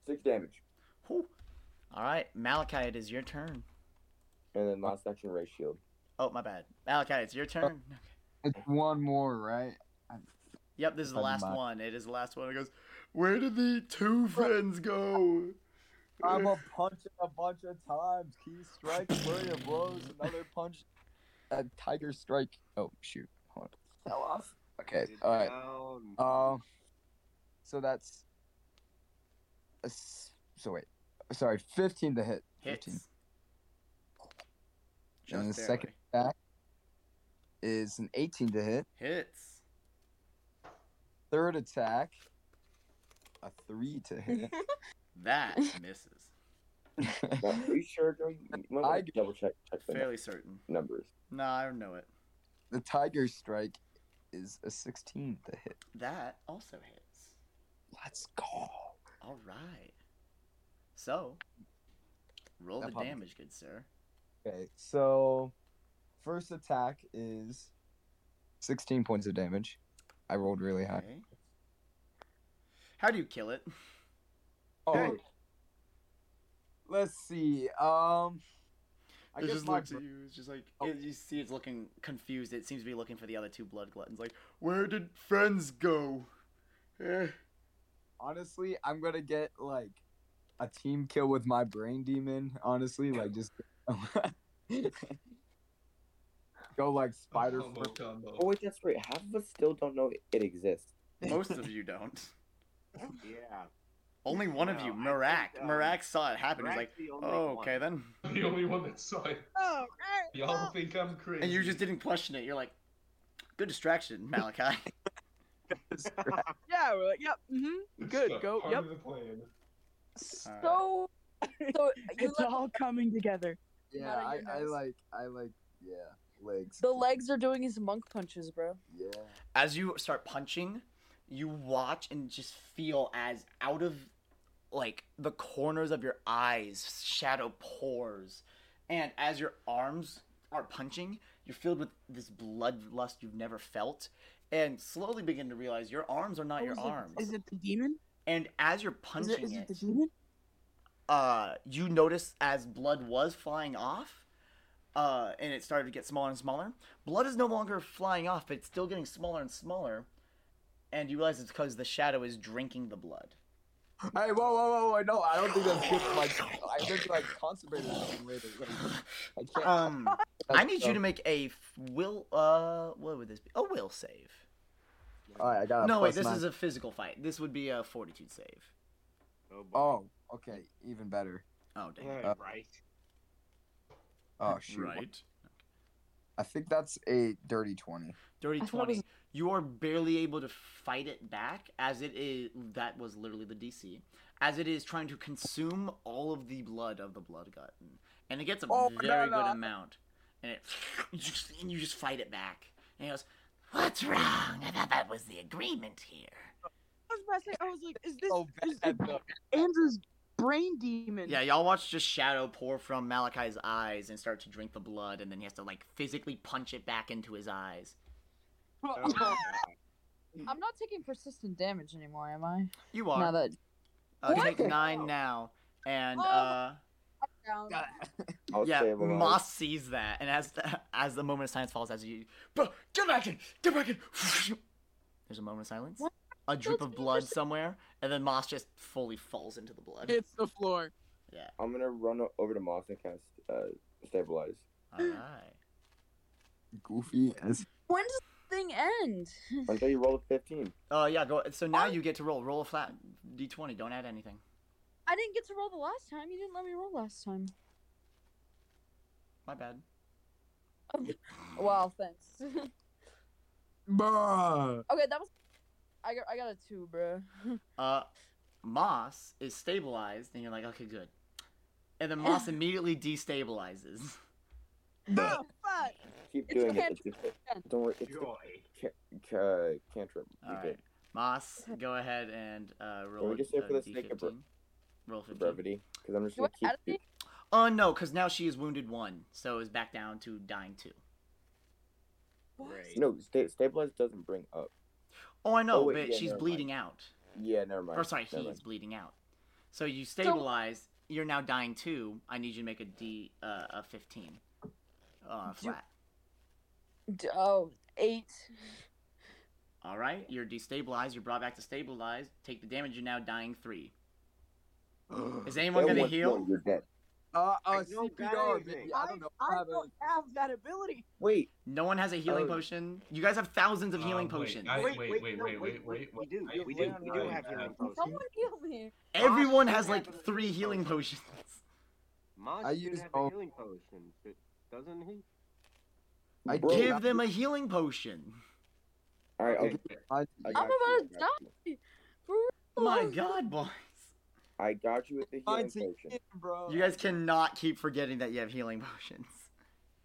six damage, Whew. All right, Malachi, it is your turn. and then last action ray shield. Oh, my bad. Malachi, it's your turn. It's one more, right? Yep, this is the Never last mind. one. It is the last one. It goes, Where did the two friends go? I'm a punch it a bunch of times. Key strike, flurry of blows, another punch. A tiger strike. Oh shoot. Hold Fell off. on. Okay. Is it All right. down? Um. So that's. a s- So wait. Sorry, fifteen to hit. Fifteen Hits. Just And the barely. second- is an eighteen to hit. Hits. Third attack. A three to hit. That misses. Now, are you sure, Joe? You might I want to double check check the Fairly certain. numbers. No, I don't know it. the tiger strike is a sixteen to hit. That also hits. Let's go. All right. So, roll That the popped. damage, good sir. Okay, so first attack is sixteen points of damage. I rolled really high. Okay. How do you kill it? Oh, let's see. Um, I it guess just my looks at you. It's just like it- you see, it's looking confused. It seems to be looking for the other two blood gluttons. Like, where did friends go? Eh. honestly, I'm gonna get like a team kill with my brain demon. Honestly, like just go like spider. Combo, fl- combo. Oh wait, that's right. Half of us still don't know it exists. Most of you don't. Yeah. Only one of you, No, I Mirak. think, um, Mirak saw it happen. He's Rack's like, the only oh, one. okay then. I'm the only one that saw it. oh, Y'all think I'm crazy. And you just didn't question it. You're like, good distraction, Malachi. yeah, we're like, yep, mm-hmm. It's good, the go- Part yep. Of the plan. So, so you It's let all coming together. yeah, Not on I, your I nose. like, I like, yeah, legs. the legs are doing his monk punches, bro. Yeah. as you start punching, you watch and just feel as out of like the corners of your eyes, shadow pours. And as your arms are punching, you're filled with this bloodlust you've never felt. And slowly begin to realize your arms are not your arms. Is it the demon? and as you're Is punching it, is it, it the demon? uh, you notice as blood was flying off, uh, and it started to get smaller and smaller. Blood is no longer flying off, but it's still getting smaller and smaller. and you realize it's because the shadow is drinking the blood. Hey, whoa, whoa, whoa, whoa! No, I don't think that's good. for Like, I think like concentrated later. Like, I can't. Um, I need you um, to make a f- will. Uh, what would this be? A will save. All right, I got. A no, wait. Uh, plus This nine. is a physical fight. This would be a fortitude save. Oh, boy. Oh, okay, even better. Oh dang. Alright, uh, right. Oh shoot! Right. I think that's a dirty twenty. Dirty I thought it twenty. was- You are barely able to fight it back, as it is. That was literally the DC. As it is trying to consume all of the blood of the blood glutton, and it gets a Oh, no, very no, good I- amount, and it you just, and you just fight it back, and it goes, "What's wrong? I thought that was the agreement here." I was about to say, I was like, is this Oh, is bad, this though. Andrew's brain demon? Yeah, y'all watch just shadow pour from Malachi's eyes and start to drink the blood, and then he has to like physically punch it back into his eyes. Oh, God. I'm not taking persistent damage anymore, am I? You Now are. that Uh, What? take nine now, and Oh. uh, down. I'll yeah, stabilize. Moss sees that, and as as the moment of silence falls, as you, "Bro, get back in, get back in. There's a moment of silence, What? a drip That's of blood interesting. somewhere, and then Moss just fully falls into the blood. It's the floor. I'm gonna run o- over to Moss and cast uh, stabilize. All right. Goofy as When does the thing end? Until you roll a 15. Uh, yeah, go. So now Oh. you get to roll. Roll a flat d20. Don't add anything. I didn't get to roll the last time. You didn't let me roll last time. My bad. Wow, thanks. okay, bruh. that was. I got, I got a two, bro. uh, Moss is stabilized, and you're like, okay, good. And then Moss immediately destabilizes. oh, fuck. Keep It's doing your it. It's just, don't worry. It's Joy. the uh, cantrip. You All did. right, Moss, go ahead and uh, roll. we just say uh, for the sake of br- D15. Roll For 15. brevity, because I'm just Do gonna I add keep. anything? Oh no, because now she is wounded one, so is back down to dying two. Great. No, sta- stabilize doesn't bring up. Oh, I know, Oh, wait, but yeah, she's never mind. bleeding out. Yeah, never mind. Or Oh, sorry, he's never mind. bleeding out. So you stabilize. You're now dying two. I need you to make a D uh, a 15. Uh, flat. D- oh, eight. All right, you're destabilized. You're brought back to stabilized. Take the damage. You're now dying three. Is anyone That gonna one's heal? one, You're dead. Uh, uh, I don't got CPR. Maybe. anything. I don't know. I have a- have that ability. Wait, No one has a healing Oh. potion. You guys have thousands of healing Um, potions. I- Wait, wait, wait, wait, no, wait, wait, wait, wait, wait, we do, I- we do, I- we do I- have healing I- potions. Someone heal me. Everyone has Moss like should have a three healing healing potions. Moss I should use have all- a healing potion, but doesn't he? I Bro, did- Give them a healing potion. all right, I'll Okay. give I- I I'm got you, about to I got you. die. My God, boys, I got you with the healing Mine's a- potion. bro. you guys cannot keep forgetting that you have healing potions.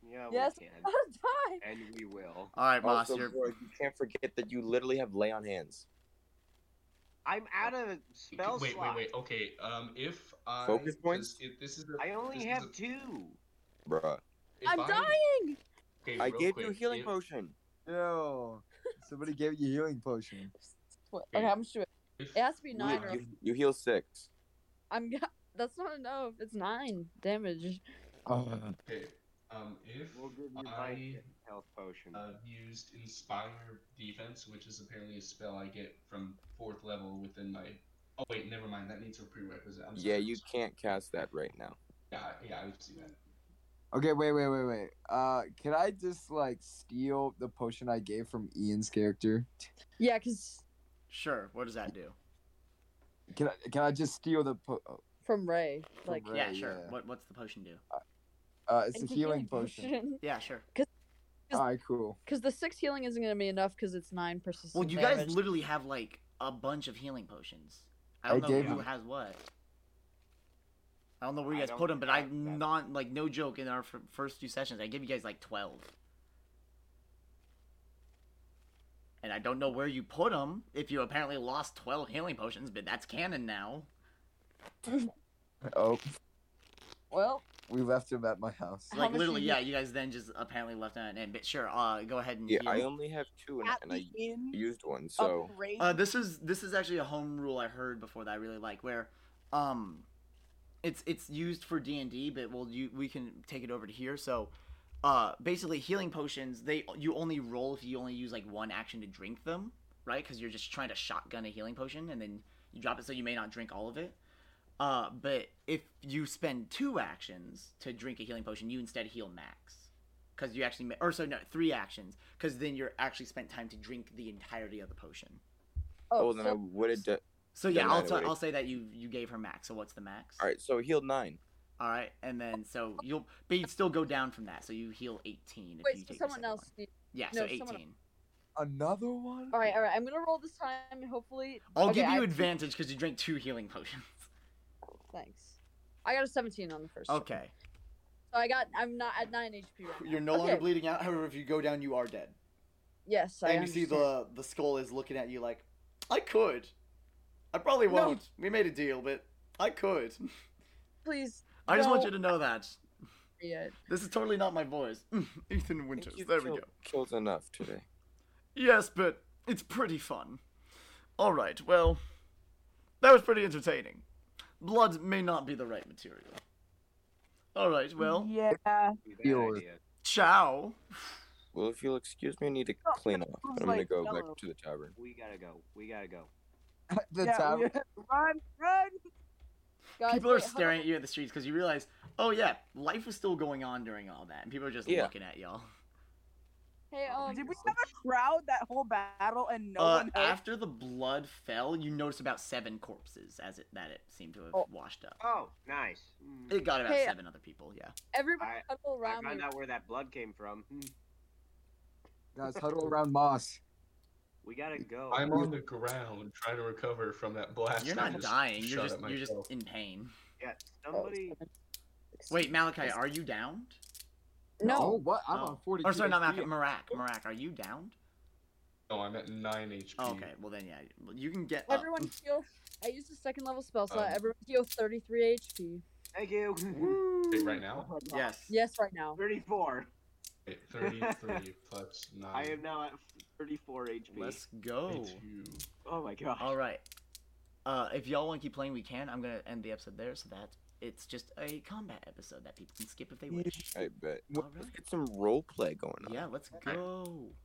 Yeah, Yes. we I'm can. about to die. And we will. All right, Moss, Also, you're bro, you can't forget that you literally have lay on hands. I'm out of spell wait, slot. wait, wait. Okay. Um, if I Focus because points? if this is a- I this only is have a- two. Bruh. if I'm I- dying. okay, I real gave quick, you a healing if- potion. Ew. Somebody gave you healing potion. What? Okay, how much do it? if- It has to be wait, nine. You- Or... You, you heal six. I'm. g- That's not enough. It's nine damage. Uh, Okay. Um, if We'll give you my I health potion. uh, used Inspire Defense, which is apparently a spell I get from fourth level within my. Oh wait, never mind. That needs a prerequisite. I'm Yeah, sorry. you can't cast that right now. Yeah, I- yeah, I would see that. okay, wait, wait, wait, wait. Uh, can I just like steal the potion I gave from Ian's character? Yeah, cause sure. What does that do? Can I? Can I just steal the? Po- oh, from Ray, From like Ray. yeah, Right, sure. yeah. What what's the potion do? uh, it's a it's a healing potion. Yeah, sure. Just- All right, cool. Because the six healing isn't gonna be enough because it's nine persistent. Well, you damage. guys literally have like a bunch of healing potions. I I don't know gave who you- has what. I don't know where you I guys don't put them, but I have that. not like no joke. In our f- first two sessions, I give you guys like twelve, and I don't know where you put them. If you apparently lost twelve healing potions, but that's canon now. Oh, Well, we left him at my house. How Like much literally, you yeah. You guys then just apparently left on and but sure. Uh, go ahead and Yeah, heal. I only have two, and, and I end used one, so. race, Uh, this is this is actually a home rule I heard before that I really like, where, um, it's it's used for D and D, but we'll you we can take it over to here. So, uh, basically healing potions they you only roll if you only use like one action to drink them. right? Because you're just trying to shotgun a healing potion and then you drop it, so you may not drink all of it. Uh, but if you spend two actions to drink a healing potion, you instead heal max. Because you actually, ma- or so no, three actions. Because then you're actually spent time to drink the entirety of the potion. Oh, well, then I would have done. So yeah, Then I'll, I'd t- already- I'll say that you you gave her max. So what's the max? All right, so he healed nine. All right, and then so you'll, but you'd still go down from that. So you heal eighteen. If Wait, you so take your someone second else. one. Needs... Yeah, no, so someone- eighteen. Another one? All right, all right. I'm gonna roll this time. and Hopefully, I'll Okay, give you I- advantage because you drank two healing potions. thanks. I got a 17 on the first. one. Okay, So I got. I'm not at nine HP right now. you're no longer Okay, bleeding out. However, if you go down, you are dead. Yes, I and you see understand. the the skull is looking at you like, I could, I probably No. won't. We made a deal, but I could. Please. I just want No. you to know that read it. this is totally not my voice. Ethan Winters. You've There we killed- go. Killed enough today. Yes, but it's pretty fun. All right, well, that was pretty entertaining. Blood may not be the right material. All right, well, Yeah. Bad Deal. idea. ciao. Well, if you'll excuse me, I need to Oh, clean up. sounds I'm gonna like go yellow. back to the tavern. We gotta go. We gotta go. the Yeah, tavern. Run, run. Guys, People are Uh, wait, hold staring on. at you in the streets because you realize, oh yeah, life was still going on during all that, and people are just Yeah. looking at y'all. Hey, Oh, um, Did we have a crowd that whole battle and no uh, one heard? after the blood fell, you notice about seven corpses as it that it seemed to have Oh. washed up. Oh, nice. Mm. It got about Hey, seven other people, yeah. everybody I- huddle I around me. found out where that blood came from. Mm. Guys, huddle around Moss. We gotta go. I'm on the ground trying to recover from that blast. You're I not just dying. You're shot just at you're just myself. in pain. Yeah, Oh, somebody. Wait, Malachi, are you downed? Oh, No. what? I'm Oh. on 42. Or sorry, not HP. Malachi. Marak. Marak, are you downed? No, I'm at nine HP. Oh, okay, well then, yeah, well, you can get up. Everyone heal. I used a second level spell slot. Oh. Um, Everyone heal 33 HP. Thank you. Wait, right now. Yes. Oh, Yes, right now. 34. Wait, Thirty-three plus nine. I am now at 34 HP. Let's go. Thirty-two. Oh my god. All right. Uh, if y'all want to keep playing, we can. I'm gonna end the episode there, so that it's just a combat episode that people can skip if they wish. I bet. All right. Get some role play going on. Yeah, let's go.